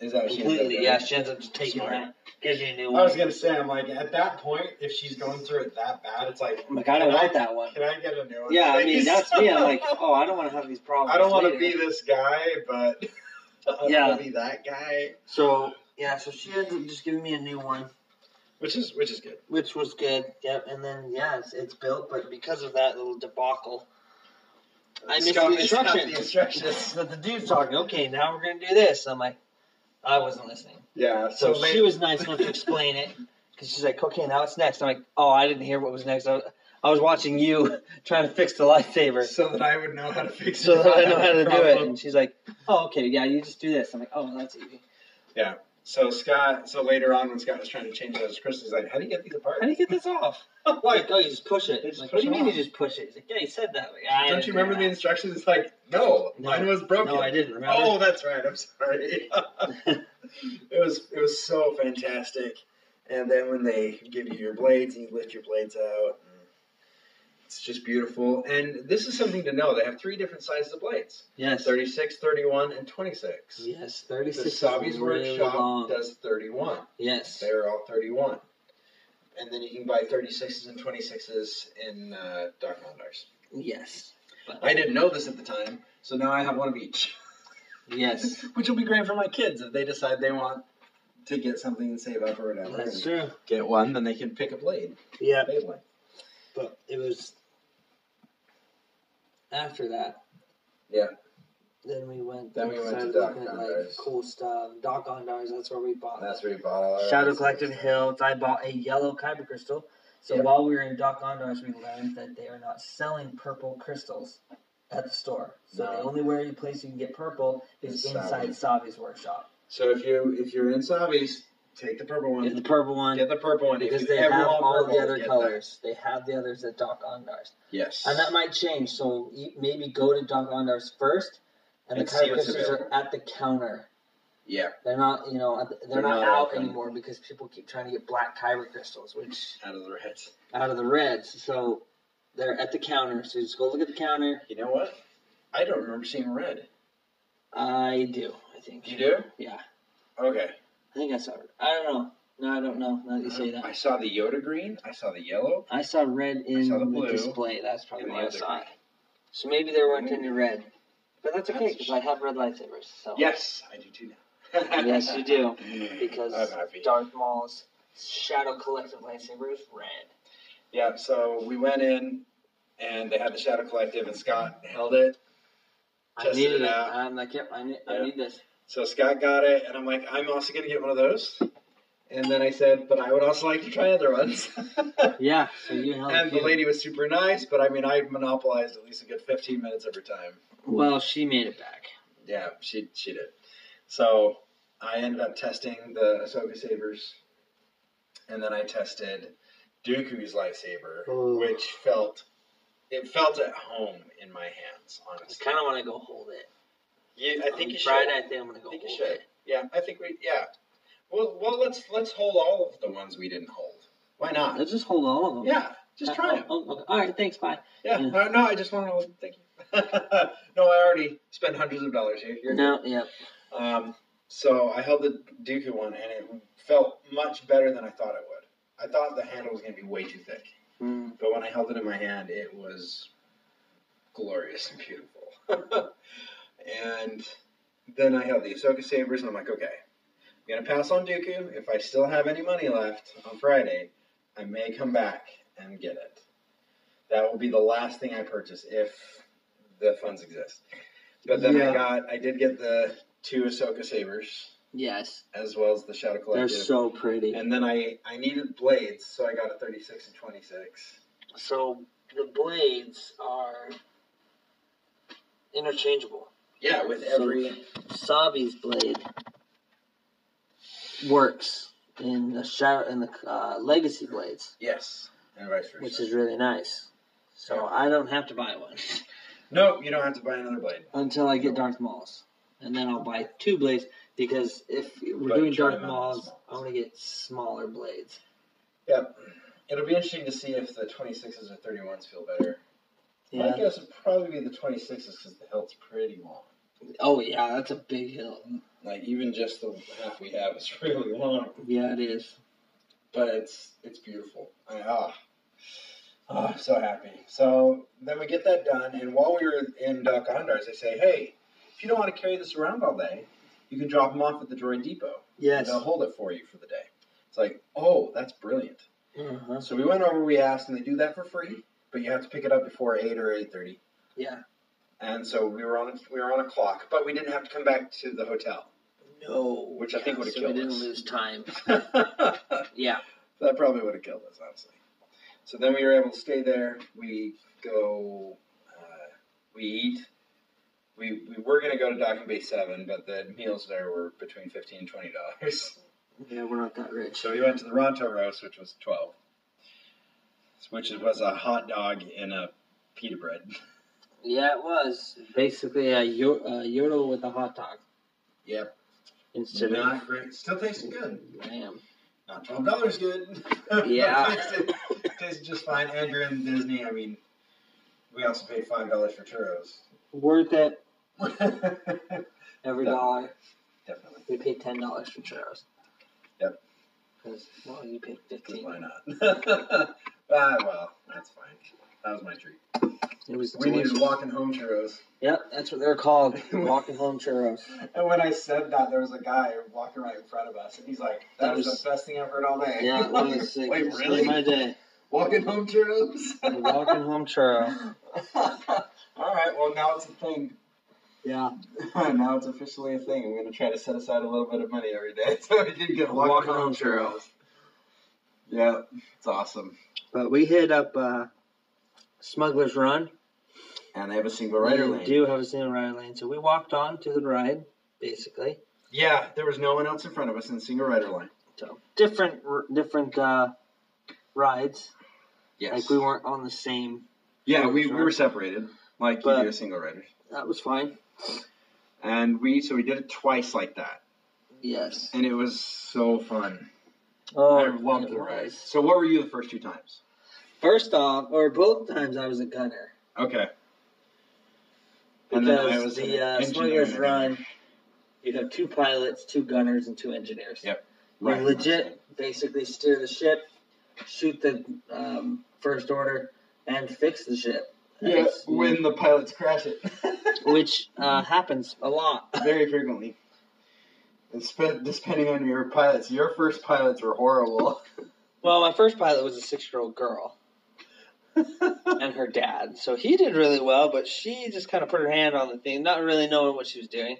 Speaker 1: Is that what she ends up
Speaker 2: completely.
Speaker 1: doing?
Speaker 2: Yeah, she ends up just taking
Speaker 1: Smart.
Speaker 2: it out. Gives you a new
Speaker 1: I was
Speaker 2: one.
Speaker 1: gonna say, I'm like, at that point, if she's going through it that bad, it's like,
Speaker 3: I'm like, I don't want that one.
Speaker 1: can I get a new one?
Speaker 3: Yeah, I mean
Speaker 1: please?
Speaker 3: that's me. I'm like, oh, I don't want to have these problems.
Speaker 1: I don't want
Speaker 3: want
Speaker 1: to be this guy, but I don't
Speaker 3: Yeah.
Speaker 1: want to be that guy,
Speaker 2: So yeah, so she ends up just giving me a new one,
Speaker 1: which is which is good.
Speaker 2: which was good. Yep. And then yeah, it's, it's built, but because of that little debacle, I missed
Speaker 1: Scott
Speaker 2: the
Speaker 1: missed out
Speaker 2: instructions.
Speaker 1: The instructions.
Speaker 2: but the dude's talking. Okay, now we're gonna do this. I'm like, I wasn't listening.
Speaker 1: Yeah. So,
Speaker 2: So
Speaker 1: late-
Speaker 2: she was nice enough to explain it because she's like, okay, now it's next. I'm like, oh, I didn't hear what was next. I was, I was watching you trying to fix the lightsaber
Speaker 1: so that I would know how to fix it.
Speaker 2: so that I know how to do it.
Speaker 1: Problem.
Speaker 2: And she's like, oh, okay, yeah, you just do this. I'm like, oh, that's easy.
Speaker 1: So Scott, so later on when Scott was trying to change those crystals, he's like, "How do you get these apart?"
Speaker 2: How do you get this off?
Speaker 1: I'm
Speaker 2: Like,
Speaker 1: like,
Speaker 2: oh, you just push it.
Speaker 1: You just
Speaker 2: Like,
Speaker 1: push
Speaker 2: what do you
Speaker 1: it
Speaker 2: mean
Speaker 1: off.
Speaker 2: you just push it? He's like, yeah, he said that. Like, I
Speaker 1: don't
Speaker 2: didn't
Speaker 1: you
Speaker 2: do
Speaker 1: remember the
Speaker 2: that.
Speaker 1: instructions? It's like, no,
Speaker 2: No.
Speaker 1: mine was broken.
Speaker 2: No, I didn't remember.
Speaker 1: Oh, that's right. I'm sorry. Oh. it was it was so fantastic. And then when they give you your blades, and you lift your blades out. and It's just beautiful. And this is something to know. They have three different sizes of blades.
Speaker 2: yes.
Speaker 1: 36, 31, and 26.
Speaker 2: Yes,
Speaker 1: The
Speaker 2: 36 is
Speaker 1: Sabi's
Speaker 2: really
Speaker 1: workshop
Speaker 2: long.
Speaker 1: does 31.
Speaker 2: Yes.
Speaker 1: They're all 31. And then you can buy 36s and 26s in uh, Dark Mondars.
Speaker 2: Yes.
Speaker 1: I didn't know this at the time, so now I have one of each.
Speaker 2: Yes.
Speaker 1: Which will be great for my kids if they decide they want to get something and save up or whatever.
Speaker 2: that's
Speaker 1: and
Speaker 2: true.
Speaker 1: Get one, then they can pick a blade.
Speaker 2: Yeah.
Speaker 1: A blade line.
Speaker 2: But it was after that.
Speaker 1: Yeah.
Speaker 2: Then we went.
Speaker 1: Then we went to
Speaker 2: started
Speaker 1: Doc
Speaker 2: looking at,
Speaker 1: Gondar's.
Speaker 2: Like, cool stuff. Doc Gondars. That's where we bought.
Speaker 1: That's
Speaker 2: it.
Speaker 1: where you bought all our
Speaker 2: Shadow Collective Hills. I bought a yellow kyber crystal. So
Speaker 1: Yep.
Speaker 2: while we were in Doc Gondars, we learned that they are not selling purple crystals at the store. So
Speaker 1: No.
Speaker 2: the only where you place you can get purple is
Speaker 1: It's
Speaker 2: inside Savi's workshop.
Speaker 1: So if you if you're in Savi's, take the purple one.
Speaker 2: Get the purple one
Speaker 1: Get the purple one. If
Speaker 2: because
Speaker 1: you
Speaker 2: they have
Speaker 1: ever want
Speaker 2: all
Speaker 1: purple,
Speaker 2: the other
Speaker 1: get
Speaker 2: colors. They have the others at Doc Gondars.
Speaker 1: that. Yes.
Speaker 2: And that might change. So you maybe go to Doc Ondars first, and the
Speaker 1: And see
Speaker 2: card
Speaker 1: what's
Speaker 2: crystals are
Speaker 1: available.
Speaker 2: at the counter.
Speaker 1: Yeah,
Speaker 2: They're not, you know, they're,
Speaker 1: They're
Speaker 2: not,
Speaker 1: not
Speaker 2: out
Speaker 1: open.
Speaker 2: anymore because people keep trying to get black kyber crystals, which
Speaker 1: out of the Reds.
Speaker 2: out of the reds. So they're at the counter. So just go look at the counter.
Speaker 1: You know what? I don't remember seeing red.
Speaker 2: I do, I think.
Speaker 1: You do?
Speaker 2: Yeah.
Speaker 1: Okay.
Speaker 2: I think I saw. I don't know. No, I don't know. Now that you say that,
Speaker 1: I saw the Yoda green. I saw the yellow.
Speaker 2: I saw red in
Speaker 1: saw the
Speaker 2: the,
Speaker 1: blue
Speaker 2: display. That's probably
Speaker 1: and the
Speaker 2: why I
Speaker 1: other
Speaker 2: saw it.
Speaker 1: green.
Speaker 2: So maybe there weren't any red, but that's okay
Speaker 1: That's-
Speaker 2: because I have red lightsabers. So
Speaker 1: Yes, I do too now.
Speaker 2: Oh.
Speaker 1: Mm,
Speaker 2: Yes, you do, because
Speaker 1: I'm happy.
Speaker 2: Darth Maul's Shadow Collective lightsaber is red.
Speaker 1: Yeah, so we went in and they had the Shadow Collective and Scott held it.
Speaker 2: I
Speaker 1: Tested
Speaker 2: needed
Speaker 1: it
Speaker 2: it.
Speaker 1: out.
Speaker 2: I'm like, yep, I need,
Speaker 1: Yeah.
Speaker 2: I need this.
Speaker 1: So Scott got it and I'm like, I'm also gonna get one of those. And then I said, but I would also like to try other ones.
Speaker 2: Oh, Yeah. So you held
Speaker 1: and the
Speaker 2: you.
Speaker 1: lady was super nice, but I mean I monopolized at least a good fifteen minutes of her time.
Speaker 2: Well, she made it back.
Speaker 1: Yeah, she she did. So I ended up testing the Ahsoka sabers, and then I tested Dooku's lightsaber,
Speaker 2: Ooh.
Speaker 1: which felt it felt at home in my hands.
Speaker 2: I
Speaker 1: Honestly,
Speaker 2: kind of want to go hold it.
Speaker 1: you, I
Speaker 2: On
Speaker 1: think you
Speaker 2: Friday,
Speaker 1: should.
Speaker 2: I think I'm gonna
Speaker 1: I
Speaker 2: go
Speaker 1: think you
Speaker 2: hold
Speaker 1: should.
Speaker 2: it.
Speaker 1: Yeah, I think we. Yeah. Well, well, let's let's hold all of the ones we didn't hold. Why not?
Speaker 2: Let's just hold all of them.
Speaker 1: Yeah, just try them.
Speaker 2: Oh, okay. All right. Thanks. Bye.
Speaker 1: Yeah.
Speaker 2: Yeah.
Speaker 1: Uh, no, I just want to. Thank you. no, I already spent hundreds of dollars here. You're
Speaker 2: No. Yep.
Speaker 1: Um, so I held the Dooku one, and it felt much better than I thought it would. I thought the handle was going to be way too thick,
Speaker 4: Mm.
Speaker 1: but when I held it in my hand, it was glorious and beautiful. and then I held the Ahsoka sabers, and I'm like, okay, I'm going to pass on Dooku. If I still have any money left on Friday, I may come back and get it. That will be the last thing I purchase if the funds exist. But then I
Speaker 2: Yeah.
Speaker 1: got, I did get the two Ahsoka sabers
Speaker 2: Yes.
Speaker 1: as well as the Shadow
Speaker 2: They're
Speaker 1: Collective.
Speaker 2: so pretty.
Speaker 1: and then I I needed blades, so I got a 36 and 26.
Speaker 2: So the blades are interchangeable.
Speaker 1: Yeah, with every
Speaker 2: Sabi's blade works in the shower in the uh, legacy blades,
Speaker 1: yes, and vice versa.
Speaker 2: which is really nice. So
Speaker 1: Yeah.
Speaker 2: I don't have to buy one
Speaker 1: no, you don't have to buy another blade.
Speaker 2: until I get Darth Maul's, and then I'll buy two blades because if we're
Speaker 1: But
Speaker 2: doing
Speaker 1: try
Speaker 2: Darth
Speaker 1: them out
Speaker 2: Maul's,
Speaker 1: small.
Speaker 2: I want to get smaller blades.
Speaker 1: Yep. It'll be interesting to see if the 26s or 31s feel better. My
Speaker 2: Yeah.
Speaker 1: guess would probably be the 26s because the hilt's pretty long.
Speaker 2: Oh yeah, that's a big hill.
Speaker 1: Like even just the half we have is really long,
Speaker 2: Yeah, it is.
Speaker 1: but it's it's beautiful. I, ah, ah, I'm so happy. So then we get that done, and while we were in Dockhondars, they say, hey, if you don't want to carry this around all day, you can drop them off at the droid depot. and
Speaker 2: Yes.
Speaker 1: they'll hold it for you for the day. It's like, oh, that's brilliant.
Speaker 2: Uh-huh.
Speaker 1: So we went over, we asked, and they do that for free, but you have to pick it up before eight or eight thirty.
Speaker 2: Yeah.
Speaker 1: And so we were on we were on a clock, but we didn't have to come back to the hotel.
Speaker 2: No.
Speaker 1: Which I think would've
Speaker 2: so
Speaker 1: killed
Speaker 2: we didn't
Speaker 1: us.
Speaker 2: lose time.
Speaker 1: that
Speaker 2: Yeah.
Speaker 1: probably would have killed us, honestly. So then we were able to stay there. We go, uh, we eat. We, we were going to go to Docking Bay 7, but the meals there were between 15 and $20.
Speaker 2: Yeah, we're not that rich.
Speaker 1: So we went to the Ronto roast, which was twelve, which was a hot dog in a pita bread.
Speaker 2: Yeah, it was basically a yo- uh, yodel with a hot dog.
Speaker 1: Yep.
Speaker 2: Instead
Speaker 1: Not great. Still tasted good.
Speaker 2: of lamb.
Speaker 1: Not twelve dollars good.
Speaker 2: Yeah.
Speaker 1: tasted, tasted just fine. And you're in Disney. I mean, we also paid five dollars for churros.
Speaker 2: Worth it.
Speaker 1: Definitely.
Speaker 2: Every
Speaker 1: No.
Speaker 2: dollar. We paid ten dollars for churros.
Speaker 1: Yep.
Speaker 2: Because well, you paid
Speaker 1: Because
Speaker 2: fifteen.
Speaker 1: why not? ah, well, that's fine. That was my treat.
Speaker 2: It was
Speaker 1: We
Speaker 2: delicious.
Speaker 1: needed walking home churros.
Speaker 2: Yep, that's what they're called. Walking home churros.
Speaker 1: And when I said that, there was a guy walking right in front of us, and he's like, "That
Speaker 2: That
Speaker 1: was,
Speaker 2: was-
Speaker 1: the best thing I've heard all day."
Speaker 2: Yeah, it was sick.
Speaker 1: Wait,
Speaker 2: It was
Speaker 1: really?
Speaker 2: My day.
Speaker 1: Walking home churros.
Speaker 2: A walking home churro.
Speaker 1: all right. Well, now it's a thing.
Speaker 2: Yeah.
Speaker 1: now it's officially a thing. I'm gonna try to set aside a little bit of money every day so we can get walking,
Speaker 2: Walking
Speaker 1: home,
Speaker 2: home
Speaker 1: churros. Yeah, it's awesome.
Speaker 2: But we hit up uh, Smuggler's Run.
Speaker 1: And they have a single rider
Speaker 2: we
Speaker 1: lane.
Speaker 2: do have a single rider lane, so we walked on to the ride, basically.
Speaker 1: Yeah, there was no one else in front of us in the single rider line.
Speaker 2: So different, r- different uh, rides.
Speaker 1: Yes.
Speaker 2: Like we weren't on the same.
Speaker 1: yeah, we, we were separated, like you
Speaker 2: But-
Speaker 1: do a single rider.
Speaker 2: That was fine.
Speaker 1: and we so we did it twice like that
Speaker 2: Yes.
Speaker 1: and it was so fun.
Speaker 2: Oh,
Speaker 1: I loved the ride. So, what were you the first two times?
Speaker 5: First off, or both times, I was a gunner
Speaker 1: Okay.
Speaker 5: because the
Speaker 1: an
Speaker 5: uh,
Speaker 1: engineer
Speaker 5: Swingers
Speaker 1: and a
Speaker 5: Run, you have two pilots, two gunners, and two engineers.
Speaker 1: Yep.
Speaker 5: We
Speaker 1: Right.
Speaker 5: legit basically steer the ship, shoot the um, first order, and fix the ship.
Speaker 1: Yeah,
Speaker 5: Yes.
Speaker 1: when the pilots crash it.
Speaker 5: which uh, happens a lot.
Speaker 1: Very frequently. And spe- depending on your pilots, your first pilots were horrible.
Speaker 2: Well, my first pilot was a six-year-old girl and her dad, so he did really well, but she just kind of put her hand on the thing, not really knowing what she was doing.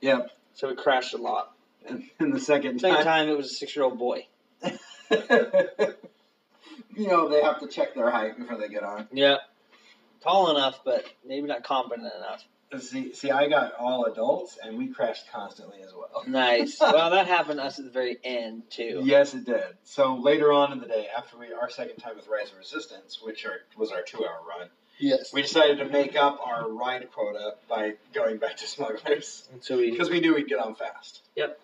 Speaker 1: Yep.
Speaker 2: So we crashed a lot.
Speaker 1: And, and the second
Speaker 2: Second
Speaker 1: time,
Speaker 2: time, it was a six-year-old boy.
Speaker 1: you know, they have to check their height before they get on.
Speaker 2: Yeah, tall enough, but maybe not competent enough.
Speaker 1: See, see, I got all adults, and we crashed constantly as well.
Speaker 2: Nice. well, that happened to us at the very end too.
Speaker 1: Yes, it did. So later on in the day, after we our second time with Rise of Resistance, which are, was our two-hour run,
Speaker 2: Yes.
Speaker 1: we decided to make up our ride quota by going back to Smugglers.
Speaker 2: So we
Speaker 1: because we knew we'd get on fast.
Speaker 5: Yep.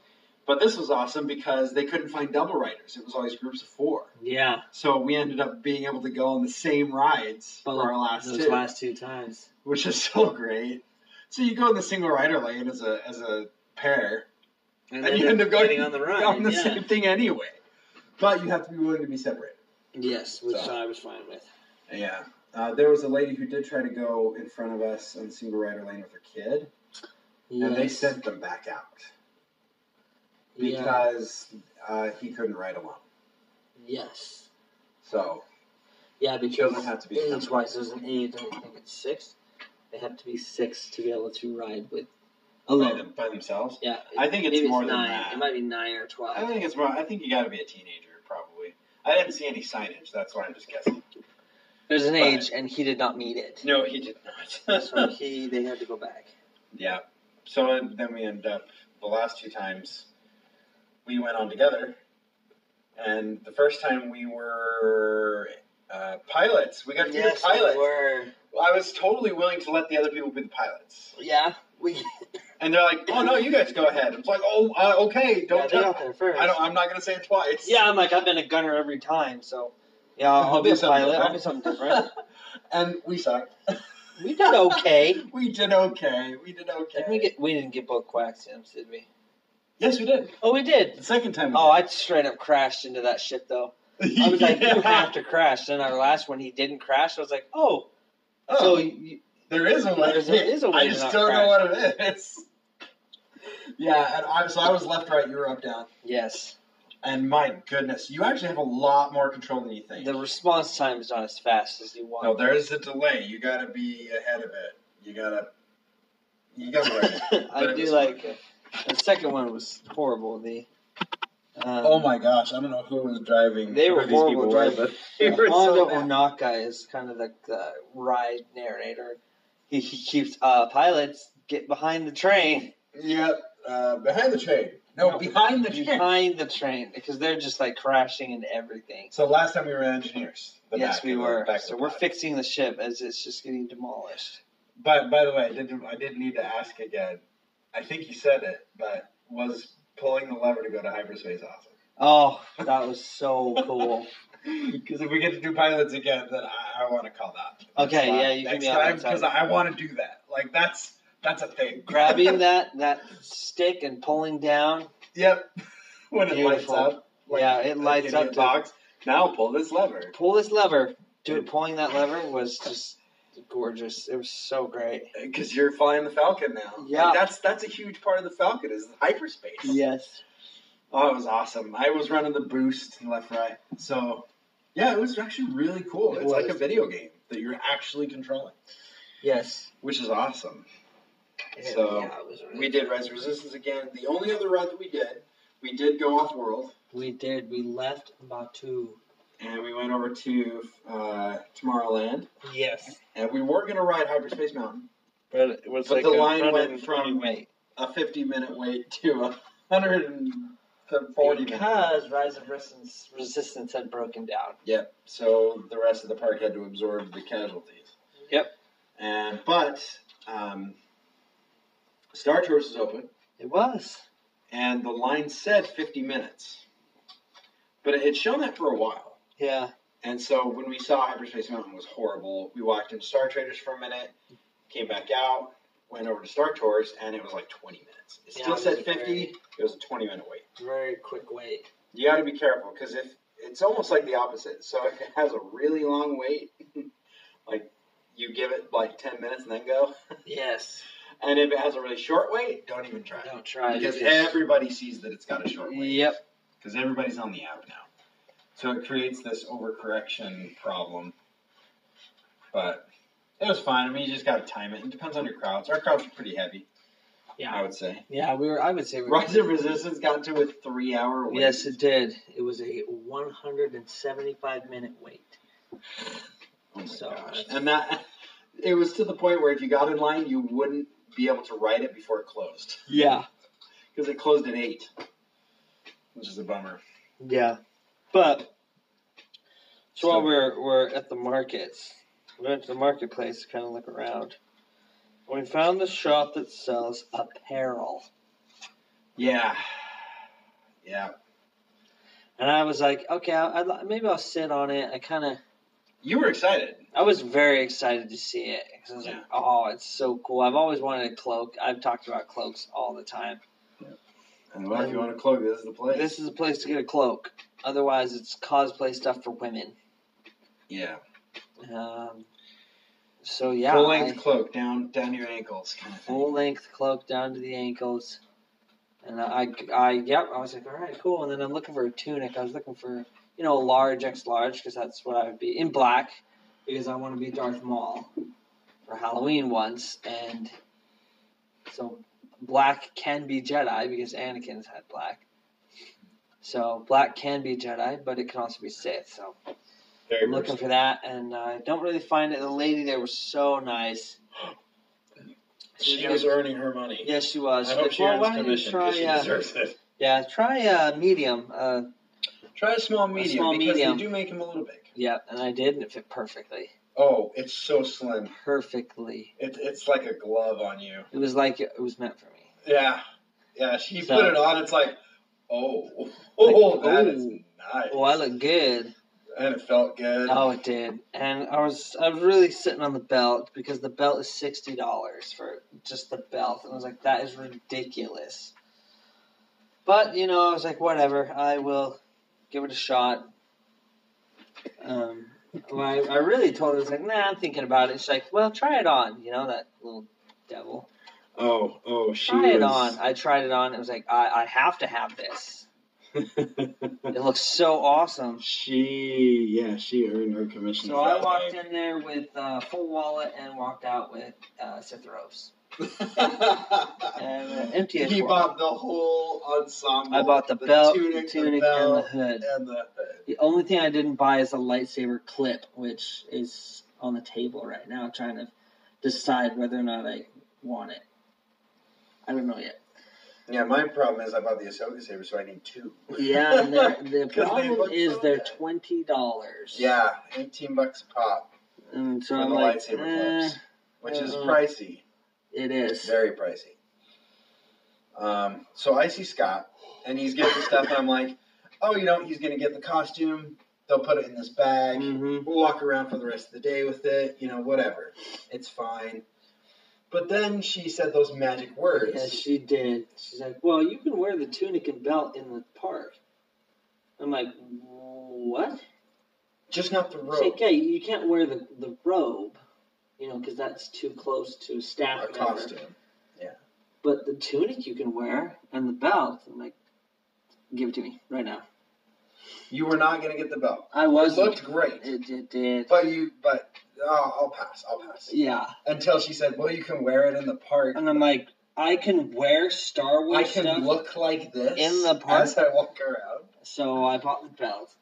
Speaker 1: But this was awesome because they couldn't find double riders. It was always groups of four.
Speaker 5: Yeah,
Speaker 1: So we ended up being able to go on the same rides
Speaker 5: But
Speaker 1: for our last
Speaker 5: those
Speaker 1: two,
Speaker 5: last two times.
Speaker 1: which is so great. So you go in the single rider lane as a as a pair, and, you end up going
Speaker 2: getting on the ride.
Speaker 1: on the
Speaker 2: yeah.
Speaker 1: same thing anyway. But you have to be willing to be separated.
Speaker 2: Yes, which
Speaker 1: So.
Speaker 2: I was fine with.
Speaker 1: Yeah. Uh, there was a lady who did try to go in front of us on the single rider lane with her kid, and they
Speaker 5: Yes.
Speaker 1: sent them back out
Speaker 5: yeah.
Speaker 1: because uh, he couldn't ride alone.
Speaker 5: yes.
Speaker 1: So
Speaker 5: Yeah,
Speaker 1: children
Speaker 5: because
Speaker 1: have to be
Speaker 5: age wise, there's an age, I think it's six. They have to be six to be able to ride with
Speaker 1: by,
Speaker 5: alone.
Speaker 1: them, by themselves.
Speaker 5: Yeah,
Speaker 1: I think it's
Speaker 5: maybe
Speaker 1: more
Speaker 5: it's
Speaker 1: than
Speaker 5: nine.
Speaker 1: that.
Speaker 5: It might be nine or twelve.
Speaker 1: I think it's wrong. I think you got to be a teenager probably. I didn't see any signage. That's why I'm just guessing.
Speaker 2: There's an
Speaker 1: But-
Speaker 2: age, and he did not meet it.
Speaker 1: No, he did
Speaker 2: So he, they had to go back.
Speaker 1: yeah. So then we ended up the last two times we went on together, and the first time we were uh, pilots. We got to be the pilots.
Speaker 2: were.
Speaker 1: I was totally willing to let the other people be the pilots,
Speaker 2: Yeah, we.
Speaker 1: and they're like, "Oh no, you guys go ahead." It's like, "Oh, uh, okay,
Speaker 2: yeah,
Speaker 1: don't
Speaker 2: they
Speaker 1: tell."
Speaker 2: got there first.
Speaker 1: I don't. I'm not gonna say it twice.
Speaker 2: Yeah, I'm like I've been a gunner every time, so yeah, I'll, I'll be a
Speaker 1: Something
Speaker 2: pilot.
Speaker 1: different.
Speaker 2: I'll be something different.
Speaker 1: and we sucked.
Speaker 2: we did okay.
Speaker 1: We did okay. We did okay.
Speaker 2: Did we get? We didn't get both quack sims, did we?
Speaker 1: Yes, we did.
Speaker 2: Oh, we did.
Speaker 1: The second time.
Speaker 2: Oh, I straight up crashed into that shit though. I was like, you have to crash. Then our last one, he didn't crash. I was like, oh, so
Speaker 1: Oh,
Speaker 2: you,
Speaker 1: there is a way.
Speaker 2: There's- there is a way
Speaker 1: I
Speaker 2: to
Speaker 1: just
Speaker 2: not
Speaker 1: don't know what it is. Yeah, and I, so I was left, right. You were up, down.
Speaker 2: yes,
Speaker 1: And my goodness, you actually have a lot more control than you think.
Speaker 2: the response time is not as fast as you want.
Speaker 1: no, there is a delay. You got to be ahead of it. You got to. You got to learn. it. But
Speaker 2: I
Speaker 1: it
Speaker 2: do
Speaker 1: was
Speaker 2: like
Speaker 1: fun.
Speaker 2: the second one was horrible. The um,
Speaker 1: Oh my gosh! I don't know who was driving.
Speaker 2: They were
Speaker 1: who these
Speaker 2: horrible
Speaker 1: people
Speaker 2: drivers.
Speaker 1: but
Speaker 2: Yeah,
Speaker 1: they were so
Speaker 2: Honda
Speaker 1: bad.
Speaker 2: Onaka is kind of the, the ride narrator. He, he keeps uh, pilots get behind the train,
Speaker 1: Yep. Uh, behind the train. No,
Speaker 2: No,
Speaker 1: behind the train.
Speaker 2: behind the train, because they're just like crashing into everything.
Speaker 1: So last time we were engineers. the
Speaker 2: yes,
Speaker 1: back
Speaker 2: we
Speaker 1: of the-
Speaker 2: were.
Speaker 1: back of the
Speaker 2: So we're
Speaker 1: pod.
Speaker 2: fixing the ship as it's just getting demolished.
Speaker 1: But by the way, I did I did need to ask again. I think you said it, but was pulling the lever to go to hyperspace awesome?
Speaker 2: Oh, that was so cool.
Speaker 1: Because if we get to do pilots again, then I, I want to call that. Next
Speaker 2: Okay,
Speaker 1: time-
Speaker 2: yeah, you can
Speaker 1: next
Speaker 2: be on
Speaker 1: time
Speaker 2: that side.
Speaker 1: because I want to do that. Like that's that's a thing.
Speaker 2: Grabbing that that stick and pulling down.
Speaker 1: Yep. when it
Speaker 2: Beautiful.
Speaker 1: lights up.
Speaker 2: Yeah, it lights
Speaker 1: idiot
Speaker 2: up to-
Speaker 1: Box. Now pull this lever.
Speaker 2: Pull this lever. Dude, pulling that lever was just gorgeous. It was so great.
Speaker 1: Because you're flying the Falcon now.
Speaker 2: Yeah.
Speaker 1: Like, that's that's a huge part of the Falcon is hyperspace.
Speaker 2: Yes.
Speaker 1: Oh, it was awesome. I was running the boost and left right. So, yeah, it was actually really cool.
Speaker 2: It
Speaker 1: it's like a
Speaker 2: was.
Speaker 1: video game that you're actually controlling,
Speaker 2: Yes.
Speaker 1: which is awesome. So,
Speaker 2: Yeah, it was really
Speaker 1: We did Rise of Resistance again. The only other ride that we did, we did go off world
Speaker 5: We did. We left Batu.
Speaker 1: and we went over to uh, Tomorrowland.
Speaker 5: Yes.
Speaker 1: And we were going to ride Hyperspace Mountain,
Speaker 2: But it was
Speaker 1: But
Speaker 2: like
Speaker 1: the
Speaker 2: a
Speaker 1: line
Speaker 2: front
Speaker 1: went
Speaker 2: and
Speaker 1: from-
Speaker 2: front way.
Speaker 1: a 50 minute wait to a 140 minutes.
Speaker 2: because Rise of Resistance, Resistance had broken down.
Speaker 1: Yep. So the rest of the park had to absorb the casualties.
Speaker 2: Yep.
Speaker 1: And but um, Star Tours is open,
Speaker 2: It was.
Speaker 1: and the line said 50 minutes, but it had shown that for a while.
Speaker 2: Yeah.
Speaker 1: And so when we saw Hyperspace Mountain was horrible, we walked into Star Traders for a minute, came back out, went over to Star Tours, and it was like 20 minutes. It
Speaker 5: Yeah,
Speaker 1: still
Speaker 5: it
Speaker 1: said
Speaker 5: was
Speaker 1: 50.
Speaker 5: very-
Speaker 1: It was a 20 minute wait.
Speaker 5: Very quick wait.
Speaker 1: You got to be careful because if it's almost like the opposite. So if it has a really long wait, like you give it like 10 minutes and then go.
Speaker 5: Yes.
Speaker 1: And if it has a really short wait, don't even try.
Speaker 5: Don't try.
Speaker 1: because
Speaker 5: you just-
Speaker 1: everybody sees that it's got a short wait.
Speaker 2: Yep.
Speaker 1: because everybody's on the app now. So it creates this overcorrection problem. But it was fine. I mean, you just got to time it. It depends on your crowds. Our crowds are pretty heavy, I
Speaker 5: Yeah.
Speaker 1: would say.
Speaker 2: Yeah, we were. I would say we were.
Speaker 1: Rise of Resistance got to a three hour wait.
Speaker 2: Yes, it did.
Speaker 5: It was a 175 minute wait.
Speaker 1: Oh my
Speaker 5: So
Speaker 1: gosh.
Speaker 5: that's-
Speaker 1: And that, it was to the point where if you got in line, you wouldn't be able to write it before it closed
Speaker 2: Yeah.
Speaker 1: because it closed at 8, which is a bummer.
Speaker 2: Yeah. But so while
Speaker 1: Still-
Speaker 2: we're we're at the markets, we went to the marketplace to kind of look around. And we found this shop that sells apparel,
Speaker 1: Yeah. Yeah.
Speaker 2: and I was like, okay, I, I, maybe I'll sit on it. I kind of.
Speaker 1: You were excited.
Speaker 2: I was very excited to see it 'cause I was
Speaker 1: Yeah.
Speaker 2: like, "Oh, it's so cool!" I've always wanted a cloak. I've talked about cloaks all the time.
Speaker 1: And well, if you want to close, this is the place.
Speaker 2: This is a place to get a cloak. Otherwise, it's cosplay stuff for women.
Speaker 1: yeah.
Speaker 2: Um, so yeah,
Speaker 1: full length
Speaker 2: I-
Speaker 1: cloak down down your ankles kind of thing.
Speaker 2: full length cloak down to the ankles, and I, I, yep, I was like, all right, cool. And then I'm looking for a tunic. I was looking for you know a large X large because that's what I would be in black because I want to be Darth Maul for Halloween once, and so black can be Jedi because Anakin's had black. So black can be Jedi, but it can also be Sith. So
Speaker 1: Very
Speaker 2: I'm looking for that, and uh, I don't really find it. The lady there was so nice.
Speaker 1: She was earning her money.
Speaker 2: Yes, she was.
Speaker 1: I
Speaker 2: She's
Speaker 1: hope
Speaker 2: like,
Speaker 1: she
Speaker 2: "Well,
Speaker 1: earns
Speaker 2: why don't you
Speaker 1: commission
Speaker 2: Try,
Speaker 1: because she
Speaker 2: uh,
Speaker 1: deserves it.
Speaker 2: yeah, try uh, medium. Uh,
Speaker 1: Try a small medium
Speaker 2: small
Speaker 1: because
Speaker 2: medium.
Speaker 1: they do make them a little big.
Speaker 2: yeah, and I did, and it fit perfectly.
Speaker 1: Oh, it's so slim.
Speaker 2: Perfectly.
Speaker 1: It, it's like a glove on you.
Speaker 2: It was like it was meant for me.
Speaker 1: Yeah, yeah. She
Speaker 2: So-
Speaker 1: put it on. It's like, oh, oh, that is
Speaker 2: ooh.
Speaker 1: nice.
Speaker 2: Oh, I look good.
Speaker 1: and it felt good.
Speaker 2: Oh, it did. And I was I was really sitting on the belt because the belt is sixty dollars for just the belt, and I was like, that is ridiculous. But you know, I was like, whatever. I will give it a shot. Um, well, I, I really told her I was like, nah, I'm thinking about it. She's like, well, try it on. You know that little devil.
Speaker 1: oh, oh, she
Speaker 2: Try it on. I tried it on. It was like, I, I have to have this.
Speaker 1: on.
Speaker 2: It looks so awesome.
Speaker 1: she, yeah, she earned her commission.
Speaker 2: So I walked in there with uh, full wallet and walked out with uh, Sith robes and an uh, empty
Speaker 1: He
Speaker 2: as well.
Speaker 1: bought the whole ensemble.
Speaker 2: I bought the, belt,
Speaker 1: tunic,
Speaker 2: the tunic,
Speaker 1: the
Speaker 2: and the
Speaker 1: belt,
Speaker 2: hood.
Speaker 1: and the
Speaker 2: The only thing I didn't buy is a lightsaber clip, which is on the table right now, trying to decide whether or not I want it. I don't know yet.
Speaker 1: Yeah, my problem is I bought the Ahsoka saber, so I need two.
Speaker 2: Yeah, and they're- the
Speaker 1: 'Cause they
Speaker 2: problem
Speaker 1: look
Speaker 2: is
Speaker 1: so
Speaker 2: they're
Speaker 1: good.
Speaker 2: twenty dollars.
Speaker 1: yeah, eighteen bucks a pop
Speaker 2: and so
Speaker 1: for
Speaker 2: I'm
Speaker 1: the
Speaker 2: like,
Speaker 1: lightsaber
Speaker 2: eh,
Speaker 1: clips, which is
Speaker 2: uh,
Speaker 1: pricey,
Speaker 2: it is.
Speaker 1: very pricey. Um, so I see Scott, and he's getting the stuff, and I'm like, oh, you know, he's gonna get the costume. They'll put it in this bag.
Speaker 2: hmm
Speaker 1: We'll walk around for the rest of the day with it, you know, whatever. It's fine. But then she said those magic words.
Speaker 2: Yeah, she did. She's like, "Well, you can wear the tunic and belt in the park." I'm like, "What?"
Speaker 1: just not the
Speaker 2: She's
Speaker 1: robe.
Speaker 2: like, "Yeah, you can't wear the, the robe, you know, because that's too close to a staff
Speaker 1: A
Speaker 2: member.
Speaker 1: costume.
Speaker 2: But the tunic you can wear and the belt." I'm like, "Give it to me right now."
Speaker 1: You were not gonna get the belt.
Speaker 2: I
Speaker 1: It
Speaker 2: was.
Speaker 1: looked great,
Speaker 2: It, it did.
Speaker 1: but you, but oh, I'll pass. I'll pass.
Speaker 2: Yeah,
Speaker 1: Until she said, "Well, you can wear it in the park.
Speaker 2: and I'm like, I can wear
Speaker 1: I
Speaker 2: Star Wars
Speaker 1: can
Speaker 2: stuff,
Speaker 1: look like this
Speaker 2: in the park.
Speaker 1: as I walk around."
Speaker 2: so I bought the belt.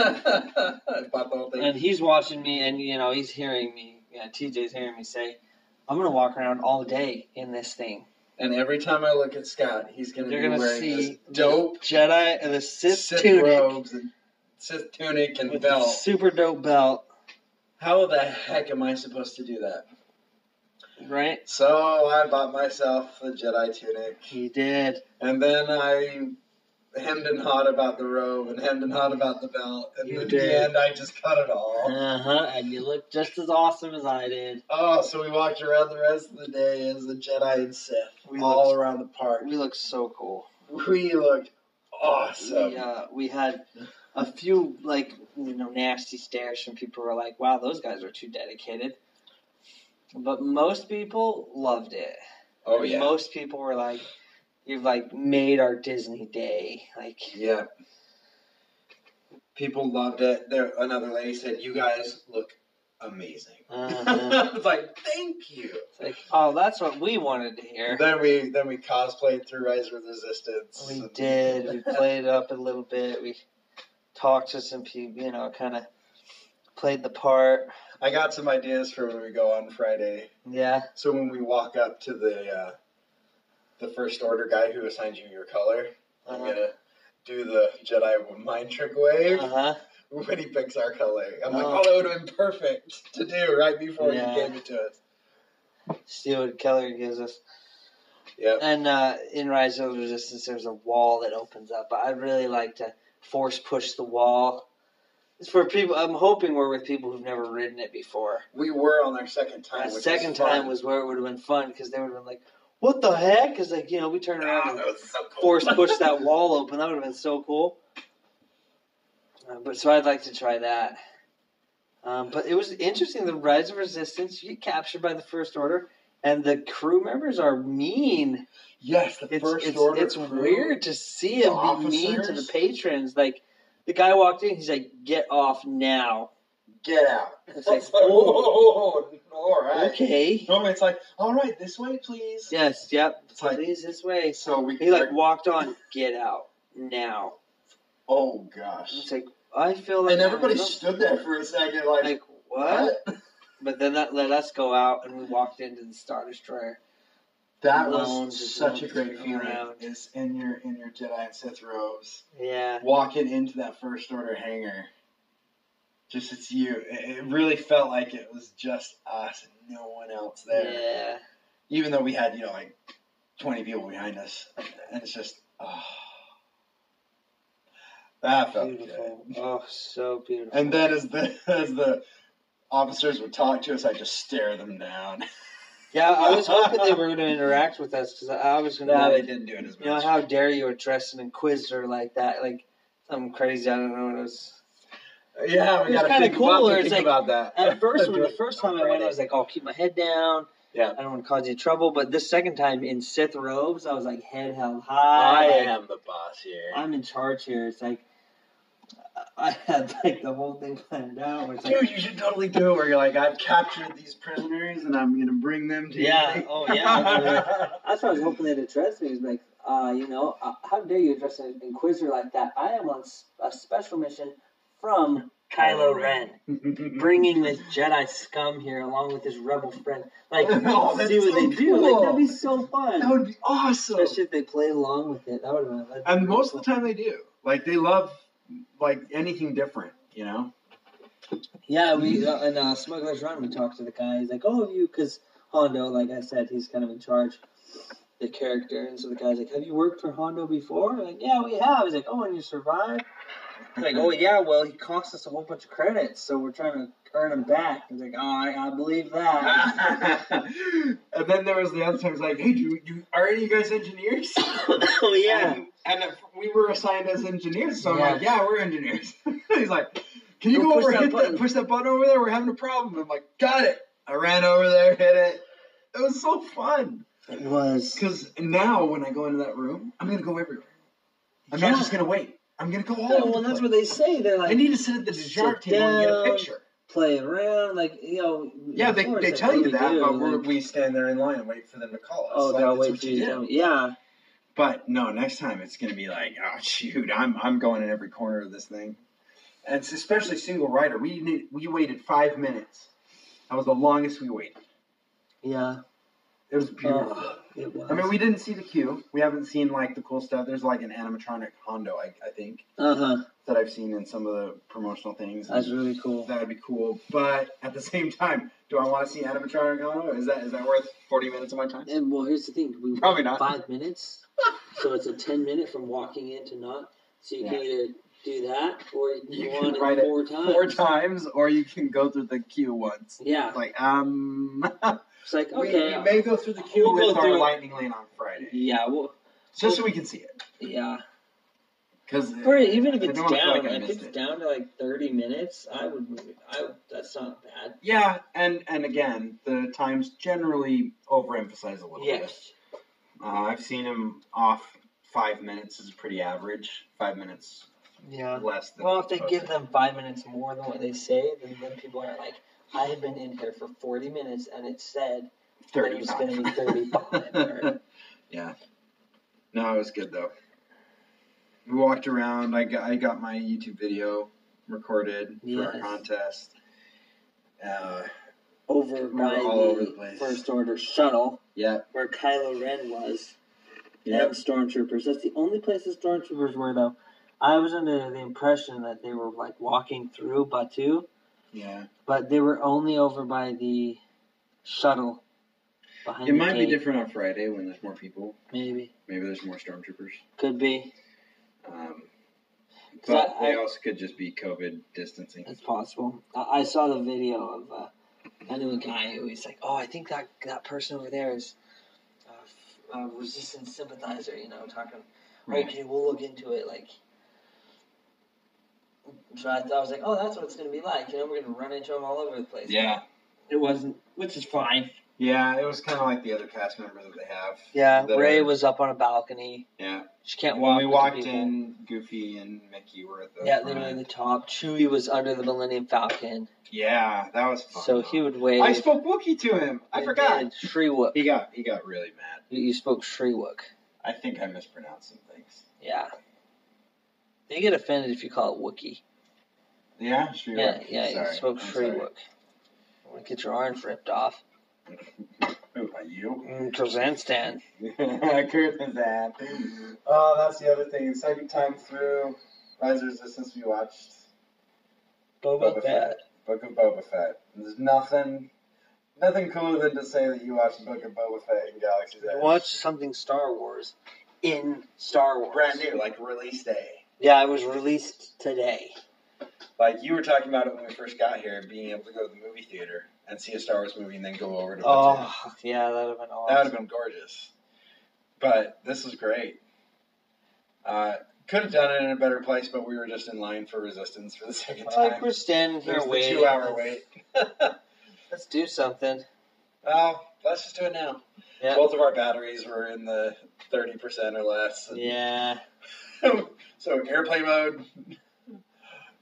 Speaker 1: I bought the whole thing.
Speaker 2: and he's watching me, and you know he's hearing me. Yeah, TJ's hearing me say, "I'm gonna walk around all day in this thing."
Speaker 1: And every time I look at Scott, he's gonna
Speaker 2: You're
Speaker 1: be
Speaker 2: gonna
Speaker 1: wearing
Speaker 2: see
Speaker 1: this dope
Speaker 2: Jedi and the Sith,
Speaker 1: Sith
Speaker 2: tunic
Speaker 1: robes and Sith tunic and
Speaker 2: with the
Speaker 1: belt.
Speaker 2: super dope belt.
Speaker 1: How the heck am I supposed to do that?
Speaker 2: right?
Speaker 1: So I bought myself a Jedi tunic,
Speaker 2: He did.
Speaker 1: and then I hemmed and hawed about the robe, and hemmed and hawed about the belt, and
Speaker 2: You
Speaker 1: in
Speaker 2: did.
Speaker 1: the end, I just cut it all.
Speaker 2: Uh huh. And you look just as awesome as I did.
Speaker 1: Oh, so we walked around the rest of the day as a Jedi and Sith,
Speaker 2: We
Speaker 1: all
Speaker 2: looked-
Speaker 1: around the park.
Speaker 2: We look so cool.
Speaker 1: We looked awesome.
Speaker 2: We, uh, we had a few like you know nasty stares from people who were like, "Wow, those guys are too dedicated." But most people loved it.
Speaker 1: Oh
Speaker 2: And
Speaker 1: yeah,
Speaker 2: Most people were like, "You've like made our Disney day." Like,
Speaker 1: yeah. People loved it. There, another lady said, "You guys look amazing."
Speaker 2: uh
Speaker 1: I was like, "Thank you."
Speaker 2: it's like, oh, that's what we wanted to hear.
Speaker 1: Then we then we cosplayed through Rise of Resistance.
Speaker 2: We did. We played it up a little bit. We talked to some people. You know, kind of played the part.
Speaker 1: I got some ideas for when we go on Friday.
Speaker 2: Yeah.
Speaker 1: So when we walk up to the uh, the first order guy who assigned you your color, I'm
Speaker 2: Uh
Speaker 1: gonna do the Jedi mind trick wave
Speaker 2: huh.
Speaker 1: when he picks our color. I'm like,
Speaker 2: Uh-huh. Oh.
Speaker 1: oh, that would have been perfect to do right before
Speaker 2: Yeah.
Speaker 1: you gave it to us.
Speaker 2: See what Keller gives us.
Speaker 1: Yep.
Speaker 2: And uh, in Rise of the Resistance, there's a wall that opens up. I really like to force push the wall. It's for people. I'm hoping we're with people who've never ridden it before.
Speaker 1: We were on our second time.
Speaker 2: That
Speaker 1: which
Speaker 2: second
Speaker 1: was fun.
Speaker 2: time was where it would have been fun because they would have been like, "What the heck?" Because like you know, we turn around
Speaker 1: Ah,
Speaker 2: and
Speaker 1: that was so cool.
Speaker 2: force push that wall open. That would have been so cool. Uh, but so I'd like to try that. Um, but it was interesting. The Rise of Resistance, you get captured by the First Order, and the crew members are mean
Speaker 1: Yes, the
Speaker 2: it's
Speaker 1: first
Speaker 2: it's,
Speaker 1: order.
Speaker 2: it's
Speaker 1: crew.
Speaker 2: weird to see him be mean to the
Speaker 1: officers.
Speaker 2: patrons. Like the guy walked in, he's like, "Get off now."
Speaker 1: Get out.
Speaker 2: It's like,
Speaker 1: It's like, oh, all right.
Speaker 2: Okay.
Speaker 1: Normally it's like, all right, this way, please.
Speaker 2: Yes. Yep.
Speaker 1: It's like-
Speaker 2: Please this way.
Speaker 1: So we
Speaker 2: He like walked on. Get out now.
Speaker 1: oh gosh.
Speaker 2: It's like I feel like
Speaker 1: And everybody
Speaker 2: I'm-
Speaker 1: stood there for a second, like,
Speaker 2: like what? But then that let us go out, and we walked into the Star Destroyer.
Speaker 1: That
Speaker 2: Alone,
Speaker 1: was
Speaker 2: just
Speaker 1: such a
Speaker 2: walking
Speaker 1: great feeling.
Speaker 2: around.
Speaker 1: Is in your in your Jedi and Sith robes,
Speaker 2: Yeah.
Speaker 1: walking into that first order hangar. Just it's you. It, it really felt like it was just us and no one else there.
Speaker 2: Yeah.
Speaker 1: Even though we had you know like twenty people behind us, and it's just oh, that felt good.
Speaker 2: Beautiful. Oh, so beautiful.
Speaker 1: And then as the as the officers would talk to us, I just stare them down.
Speaker 2: yeah, I was hoping they were going to interact with us because I I was going to.
Speaker 1: didn't do it as
Speaker 2: You know, how dare you address an inquisitor like that? Like something crazy. I don't know what it was.
Speaker 1: yeah,
Speaker 2: It was
Speaker 1: we got
Speaker 2: kinda
Speaker 1: to
Speaker 2: cooler,
Speaker 1: cool.
Speaker 2: it's
Speaker 1: Think
Speaker 2: like,
Speaker 1: about that.
Speaker 2: At first, when the first time I went, I was like, "I'll keep my head down.
Speaker 1: Yeah.
Speaker 2: I don't want to cause you trouble." But this second time in Sith robes, I was like, head held
Speaker 1: I
Speaker 2: high.
Speaker 1: am the boss here.
Speaker 2: I'm in charge here. It's like I had like the whole thing planned out. Where it's like,
Speaker 1: Dude, you should totally do it. Where you're like, I've captured these prisoners and I'm gonna bring them to.
Speaker 2: Yeah,
Speaker 1: You.
Speaker 2: oh, yeah. that's what I was hoping they'd address me. It was like, uh, you know, uh, how dare you address an inquisitor like that? I am on s- a special mission from Kylo Ren. bringing this Jedi scum here along with his rebel friend. Like,
Speaker 1: Oh, that's
Speaker 2: see what
Speaker 1: so
Speaker 2: they do. Like, that'd be
Speaker 1: cool.
Speaker 2: so
Speaker 1: that
Speaker 2: fun.
Speaker 1: would be awesome.
Speaker 2: Especially if they play along with it. That would have been.
Speaker 1: And most of the time they do. Like they love like anything different. You know.
Speaker 2: Yeah, we uh, in uh, Smuggler's Run, we talked to the guy. He's like, "Oh, have you?" Because Hondo, like I said, he's kind of in charge, the character. And so the guy's like, "Have you worked for Hondo before?" We're like, "Yeah, we have." He's like, "Oh, and you survived?" I'm like, "Oh, yeah. Well, he cost us a whole bunch of credits, so we're trying to earn him back." He's like, "Oh, I, I believe that."
Speaker 1: and then there was the other time. It's like, hey, do you are any of you guys engineers?
Speaker 2: oh
Speaker 1: And, and if we were assigned as engineers, so I'm
Speaker 2: Yeah.
Speaker 1: like, yeah, we're engineers. He's like, can you
Speaker 2: Go
Speaker 1: go,
Speaker 2: push
Speaker 1: over
Speaker 2: that
Speaker 1: and hit
Speaker 2: button."
Speaker 1: that, push that button over there? We're having a problem. I'm like, got it. I ran over there, hit it. It was so fun.
Speaker 2: it was.
Speaker 1: Because now when I go into that room, I'm gonna go everywhere. I'm
Speaker 2: Yeah.
Speaker 1: not just gonna wait. I'm gonna go all
Speaker 2: Yeah,
Speaker 1: over
Speaker 2: well,
Speaker 1: the
Speaker 2: that's
Speaker 1: place.
Speaker 2: what they say. They're
Speaker 1: I
Speaker 2: like
Speaker 1: need to sit at the
Speaker 2: sit
Speaker 1: dessert table and get a
Speaker 2: down.
Speaker 1: picture.
Speaker 2: play around, like you know.
Speaker 1: Yeah, they,
Speaker 2: of course,
Speaker 1: they
Speaker 2: that's
Speaker 1: tell
Speaker 2: what
Speaker 1: you
Speaker 2: we
Speaker 1: that,
Speaker 2: do,
Speaker 1: but we're,
Speaker 2: like,
Speaker 1: we stand there in line and wait for them to call us.
Speaker 2: oh,
Speaker 1: Like,
Speaker 2: they'll
Speaker 1: that's
Speaker 2: wait
Speaker 1: what
Speaker 2: for
Speaker 1: you
Speaker 2: you.
Speaker 1: do.
Speaker 2: to- Yeah,
Speaker 1: But no, next time it's gonna be like, oh shoot, I'm I'm going in every corner of this thing. And it's especially single rider. We need, we waited five minutes. That was the longest we waited.
Speaker 2: yeah.
Speaker 1: It was beautiful.
Speaker 2: Oh,
Speaker 6: It was.
Speaker 1: I mean, we didn't see the queue. We haven't seen like the cool stuff. There's like an animatronic Hondo, I, I think,
Speaker 2: Uh huh.
Speaker 1: that I've seen in some of the promotional things.
Speaker 2: That's really cool.
Speaker 1: That would be cool. But at the same time, do I want to see animatronic Hondo? Is that is that worth 40 minutes of my time?
Speaker 6: And well, here's the thing: we went
Speaker 1: Probably not.
Speaker 6: five minutes, so it's a ten minute from walking in to not. So you can
Speaker 1: Yeah.
Speaker 6: either do that or you,
Speaker 1: You
Speaker 6: go
Speaker 1: can
Speaker 6: on it
Speaker 1: write it
Speaker 6: four
Speaker 2: Uh,
Speaker 6: times.
Speaker 1: Four times, or you can go through the queue once.
Speaker 6: Yeah,
Speaker 1: It's Like, um,
Speaker 6: it's like
Speaker 1: we,
Speaker 6: okay,
Speaker 1: we may go through the queue
Speaker 2: We'll go
Speaker 1: with our
Speaker 2: through it.
Speaker 1: lightning lane on Friday,
Speaker 2: Yeah. Well.
Speaker 1: just so we can see it.
Speaker 2: Yeah.
Speaker 1: Because
Speaker 2: Or even if
Speaker 1: I
Speaker 2: it's
Speaker 1: don't wanna feel
Speaker 2: down,
Speaker 1: like I
Speaker 2: if
Speaker 1: missed
Speaker 2: it's
Speaker 1: it.
Speaker 2: down to like thirty minutes, I would move it. I would- that's not bad.
Speaker 1: Yeah, and and again, the times generally overemphasize a little bit.
Speaker 6: yes,
Speaker 1: Uh, I've seen him off five minutes is pretty average. Five minutes
Speaker 2: Uh,
Speaker 6: yeah.
Speaker 1: less than.
Speaker 6: Well, if they give
Speaker 1: the
Speaker 6: them five minutes more than what they say, then, then people are like, I have been in here for 40 minutes and it said,
Speaker 1: thirty,
Speaker 6: it's gonna be 35 or-
Speaker 1: yeah. No, it was good though. We walked around. I got I got my YouTube video recorded for our
Speaker 2: Yes.
Speaker 1: contest. Uh, We're
Speaker 2: Over by
Speaker 1: all
Speaker 2: the
Speaker 1: over the place.
Speaker 2: first order shuttle
Speaker 1: yeah,
Speaker 2: where Kylo Ren was
Speaker 1: yeah.
Speaker 2: and stormtroopers. That's the only place the stormtroopers were though. I was under the impression that they were like walking through Batu,
Speaker 1: yeah.
Speaker 2: but they were only over by the shuttle. Behind
Speaker 1: It
Speaker 2: the
Speaker 1: might be
Speaker 2: gate,
Speaker 1: different on Friday when there's more people.
Speaker 2: Maybe
Speaker 1: Maybe there's more stormtroopers.
Speaker 2: could be.
Speaker 1: Um,
Speaker 2: 'Cause
Speaker 1: but
Speaker 2: I-
Speaker 1: they
Speaker 2: I-
Speaker 1: also could just be COVID distancing.
Speaker 2: It's possible. I, I saw the video of uh, I knew a guy who was like, "Oh, I think that that person over there is uh, f- a resistance sympathizer." You know, talking. Right. Okay, we'll look into it. Like, so I, I was like, "Oh, that's what it's gonna be like." You know, we're gonna run into them all over the place.
Speaker 1: Yeah.
Speaker 2: It wasn't, which is fine.
Speaker 1: Yeah, it was kind of like the other cast members that they have.
Speaker 2: Yeah,
Speaker 1: That
Speaker 2: Ray
Speaker 1: are-
Speaker 2: was up on a balcony.
Speaker 1: Yeah.
Speaker 2: She can't
Speaker 1: when
Speaker 2: walk.
Speaker 1: we
Speaker 2: with the
Speaker 1: walked
Speaker 2: people.
Speaker 1: in, Goofy and Mickey were at the.
Speaker 2: Yeah, they
Speaker 1: front.
Speaker 2: were in the top. Chewie was under the Millennium Falcon,
Speaker 1: Yeah, that was fun. though.
Speaker 2: so he would wave.
Speaker 1: I spoke Wookiee to him. I
Speaker 2: and
Speaker 1: forgot.
Speaker 2: did Shriwook.
Speaker 1: He got he got really mad.
Speaker 2: You, you spoke Shriwook.
Speaker 1: I think I mispronounced some things.
Speaker 2: Yeah. They get offended if you call it Wookie.
Speaker 1: Yeah, sure.
Speaker 2: Yeah, yeah,
Speaker 1: sorry.
Speaker 2: you spoke
Speaker 1: I'm
Speaker 2: Shriwook.
Speaker 1: sorry.
Speaker 2: You want to get your arms ripped off.
Speaker 1: Who are you?
Speaker 2: Kazanstan.
Speaker 1: Kurt is that. Oh, that's the other thing. Second time through, Rise of Resistance, we watched Boba
Speaker 2: Boba Fett.
Speaker 1: Fett. Book of Boba Fett. There's nothing, nothing cooler than to say that you watched Book of Boba Fett in Galaxy's Edge.
Speaker 2: Watch something Star Wars in Star Wars.
Speaker 1: brand new, like release day.
Speaker 2: Yeah, it was released today.
Speaker 1: Like you were talking about it when we first got here, being able to go to the movie theater and see a Star Wars movie, and then go over to.
Speaker 2: Oh, yeah, that would have been awesome.
Speaker 1: That would have been gorgeous. But this was great. Uh, could have done it in a better place, but we were just in line for Resistance for the second
Speaker 2: It's like
Speaker 1: time.
Speaker 2: we're standing here
Speaker 1: There's the
Speaker 2: waiting.
Speaker 1: two hour
Speaker 2: Let's-
Speaker 1: wait.
Speaker 2: Let's do something.
Speaker 1: Oh, let's just do it now.
Speaker 2: Yeah.
Speaker 1: Both of our batteries were in the 30% or less. and-
Speaker 2: yeah.
Speaker 1: so airplane mode,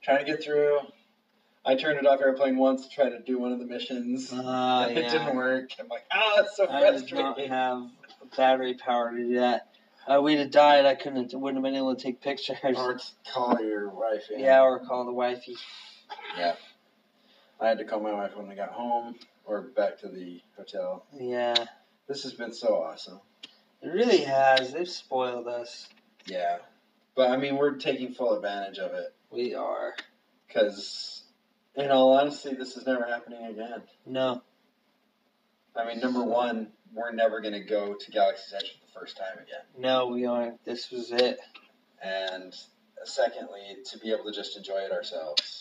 Speaker 1: trying to get through. I turned it off airplane once to try to do one of the missions.
Speaker 2: Uh,
Speaker 1: it
Speaker 2: yeah.
Speaker 1: didn't work. I'm like, ah, it's so
Speaker 2: I did not
Speaker 1: frustrating.
Speaker 2: have battery power to do that. Uh, we'd have died. I couldn't. Wouldn't have been able to take pictures.
Speaker 1: Or call your wife. in.
Speaker 2: Yeah, or call the wifey.
Speaker 1: I had to call my wife when I got home or back to the hotel.
Speaker 2: Yeah,
Speaker 1: This has been so awesome.
Speaker 2: it really has. They've spoiled us.
Speaker 1: Yeah. But I mean, we're taking full advantage of it
Speaker 2: We are.
Speaker 1: because, in all honesty, this is never happening again.
Speaker 2: No.
Speaker 1: I mean, number one, we're never going to go to Galaxy's Edge for the first time again.
Speaker 2: No, we aren't. This was it.
Speaker 1: And secondly, to be able to just enjoy it ourselves.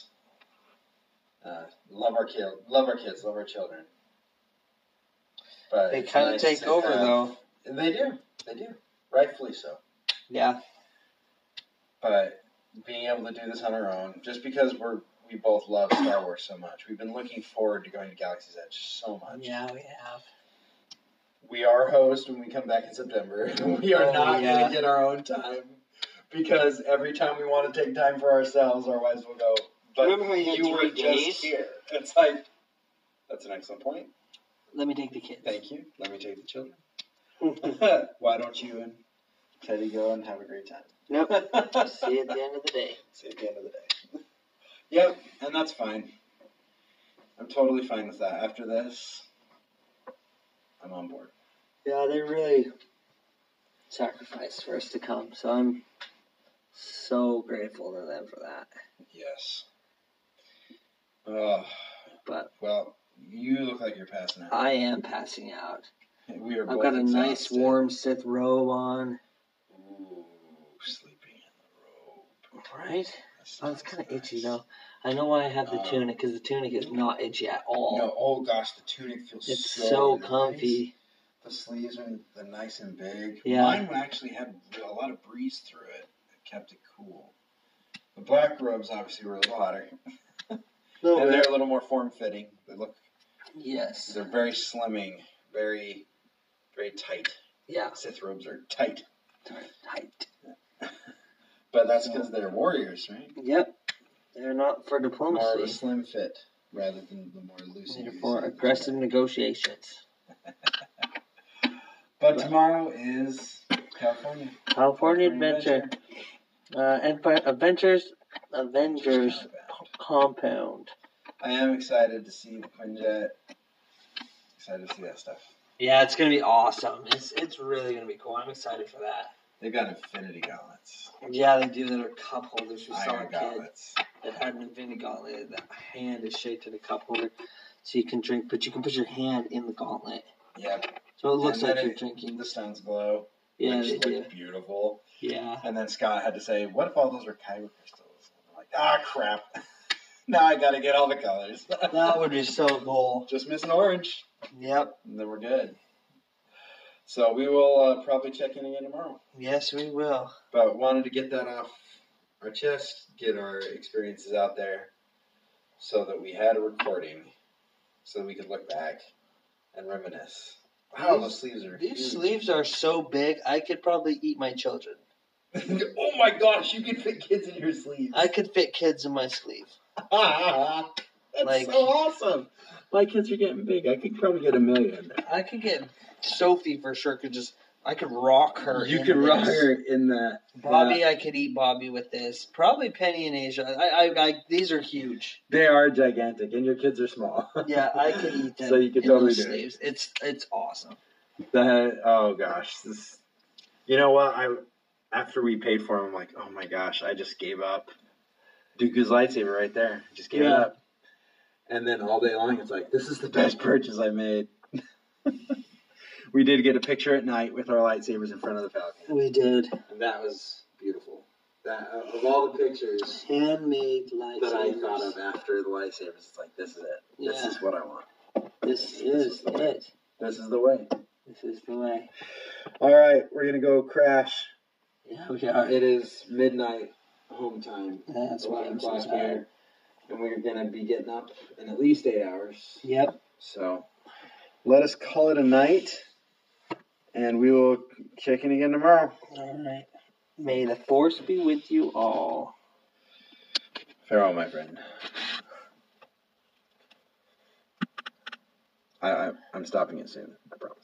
Speaker 1: Uh, love our kids, love our kids, love our children. But
Speaker 2: They
Speaker 1: it's
Speaker 2: kind of
Speaker 1: nice
Speaker 2: take
Speaker 1: to
Speaker 2: over,
Speaker 1: have-
Speaker 2: though.
Speaker 1: They do, they do, rightfully so.
Speaker 2: Yeah.
Speaker 1: but being able to do this on our own, just because we're we both love Star Wars so much, we've been looking forward to going to Galaxy's Edge so much.
Speaker 2: Yeah, we have.
Speaker 1: We are host when we come back in September. we are
Speaker 2: Oh,
Speaker 1: not
Speaker 2: yeah.
Speaker 1: going to get our own time because every time we want to take time for ourselves, our wives will go. But
Speaker 2: Remember how you had
Speaker 1: were
Speaker 2: three days?
Speaker 1: just here. It's like that's an excellent point.
Speaker 2: Let me take the kids.
Speaker 1: Thank you. Let me take the children. Why don't you and Teddy go and have a great time?
Speaker 2: Nope.
Speaker 1: Yep.
Speaker 2: See you at the end of the day.
Speaker 1: See at the end of the day. yep, and that's fine. I'm totally fine with that. After this, I'm on board.
Speaker 2: Yeah, they really sacrificed for us to come. So I'm so grateful to them for that.
Speaker 1: Yes. Oh,
Speaker 2: But
Speaker 1: well, you look like you're passing out.
Speaker 2: I am passing out.
Speaker 1: we are
Speaker 2: I've
Speaker 1: both
Speaker 2: got a eh? nice
Speaker 1: exhausted.
Speaker 2: warm Sith robe on.
Speaker 1: Ooh, sleeping in the robe.
Speaker 2: Right? Oh, it's
Speaker 1: sounds
Speaker 2: kind of
Speaker 1: nice.
Speaker 2: itchy though. I know why I have the
Speaker 1: Uh,
Speaker 2: tunic because the tunic is not itchy at all.
Speaker 7: No, oh gosh, the tunic feels
Speaker 2: it's
Speaker 7: so,
Speaker 2: so,
Speaker 7: nice.
Speaker 2: comfy.
Speaker 7: The sleeves are the nice and big.
Speaker 2: Yeah.
Speaker 1: Mine actually had a lot of breeze through it. It kept it cool. The black robes obviously were a little hotter. and they're a little more form fitting. They look
Speaker 2: Yes.
Speaker 1: they're very slimming, very very tight.
Speaker 2: Yeah.
Speaker 1: Sith robes are tight.
Speaker 2: Tight.
Speaker 1: But that's because they're warriors, right?
Speaker 2: Yep. They're not for
Speaker 1: More of a
Speaker 2: diplomacy.
Speaker 1: slim fit rather than the more loose.
Speaker 2: They're for aggressive negotiations.
Speaker 1: But tomorrow is California.
Speaker 2: California Adventure. Uh, Empire Adventures Avengers Compound.
Speaker 1: I am excited to see the Quinjet. Excited to see that stuff.
Speaker 2: Yeah, it's gonna be awesome. It's it's really gonna be cool. I'm excited for that.
Speaker 1: They've got infinity gauntlets.
Speaker 2: Yeah, they do. That are cup holders. We saw a
Speaker 1: Iron
Speaker 2: kid
Speaker 1: gauntlets.
Speaker 2: that had an infinity gauntlet. The hand is shaped to the cup holder, so you can drink, but you can put your hand in the gauntlet,
Speaker 1: Yeah,
Speaker 2: so it looks
Speaker 1: And
Speaker 2: like
Speaker 1: then
Speaker 2: you're
Speaker 1: it-
Speaker 2: drinking.
Speaker 1: the stones glow.
Speaker 2: Yeah,
Speaker 1: which
Speaker 2: they do.
Speaker 1: look beautiful.
Speaker 2: Yeah.
Speaker 1: And then Scott had to say, "What if all those were kyber crystals?" And I'm like, ah, crap. now I got to get all the colors.
Speaker 2: That would be so cool.
Speaker 1: Just miss an orange,
Speaker 2: Yep.
Speaker 1: and then we're good. So we will uh, probably check in again tomorrow.
Speaker 2: Yes, we will.
Speaker 1: But wanted to get that off our chest, get our experiences out there, so that we had a recording, so we could look back and reminisce. Wow, those sleeves are
Speaker 2: These
Speaker 1: huge.
Speaker 2: sleeves are so big, I could probably eat my children.
Speaker 1: oh my gosh, you can fit kids in your sleeves.
Speaker 2: I could fit kids in my sleeve.
Speaker 1: That's
Speaker 2: Like-
Speaker 1: so awesome. My kids are getting big. I could probably get a million.
Speaker 2: I could get Sophie for sure. Could just I could rock her.
Speaker 1: You
Speaker 2: in
Speaker 1: could
Speaker 2: this.
Speaker 1: rock her in that.
Speaker 2: Bobby, I could eat Bobby with this. Probably Penny and Asia. I, I, I these are huge.
Speaker 1: They are gigantic, and your kids are small.
Speaker 2: Yeah, I could eat them.
Speaker 1: So you could
Speaker 2: in
Speaker 1: totally
Speaker 2: those
Speaker 1: do it.
Speaker 2: sleeves. It's it's awesome.
Speaker 1: That oh gosh, this. You know what? I after we paid for him, I'm like, oh my gosh, I just gave up. Dooku's lightsaber right there. Just gave it
Speaker 2: Yeah.
Speaker 1: up. And then all day long, it's like this is the best purchase I made. we did get a picture at night with our lightsabers in front of the Falcon,
Speaker 2: We did
Speaker 1: and that was beautiful. That of of all the pictures
Speaker 2: handmade lightsabers.
Speaker 1: that I thought of after the lightsabers, it's like this is it.
Speaker 2: Yeah,
Speaker 1: This is what I want.
Speaker 2: this is it.
Speaker 1: This is the way.
Speaker 2: This is the way.
Speaker 1: All right, we're gonna go crash.
Speaker 2: Yeah, we are.
Speaker 1: uh, It is midnight home time.
Speaker 2: That's why I'm so
Speaker 1: 11 o'clock
Speaker 2: tired.
Speaker 1: here, And we're gonna be getting up in at least eight hours.
Speaker 2: Yep.
Speaker 1: So let us call it a night. And we will check in again tomorrow.
Speaker 2: All right. May the force be with you all.
Speaker 1: Farewell, my friend. I, I I'm stopping it soon. I promise.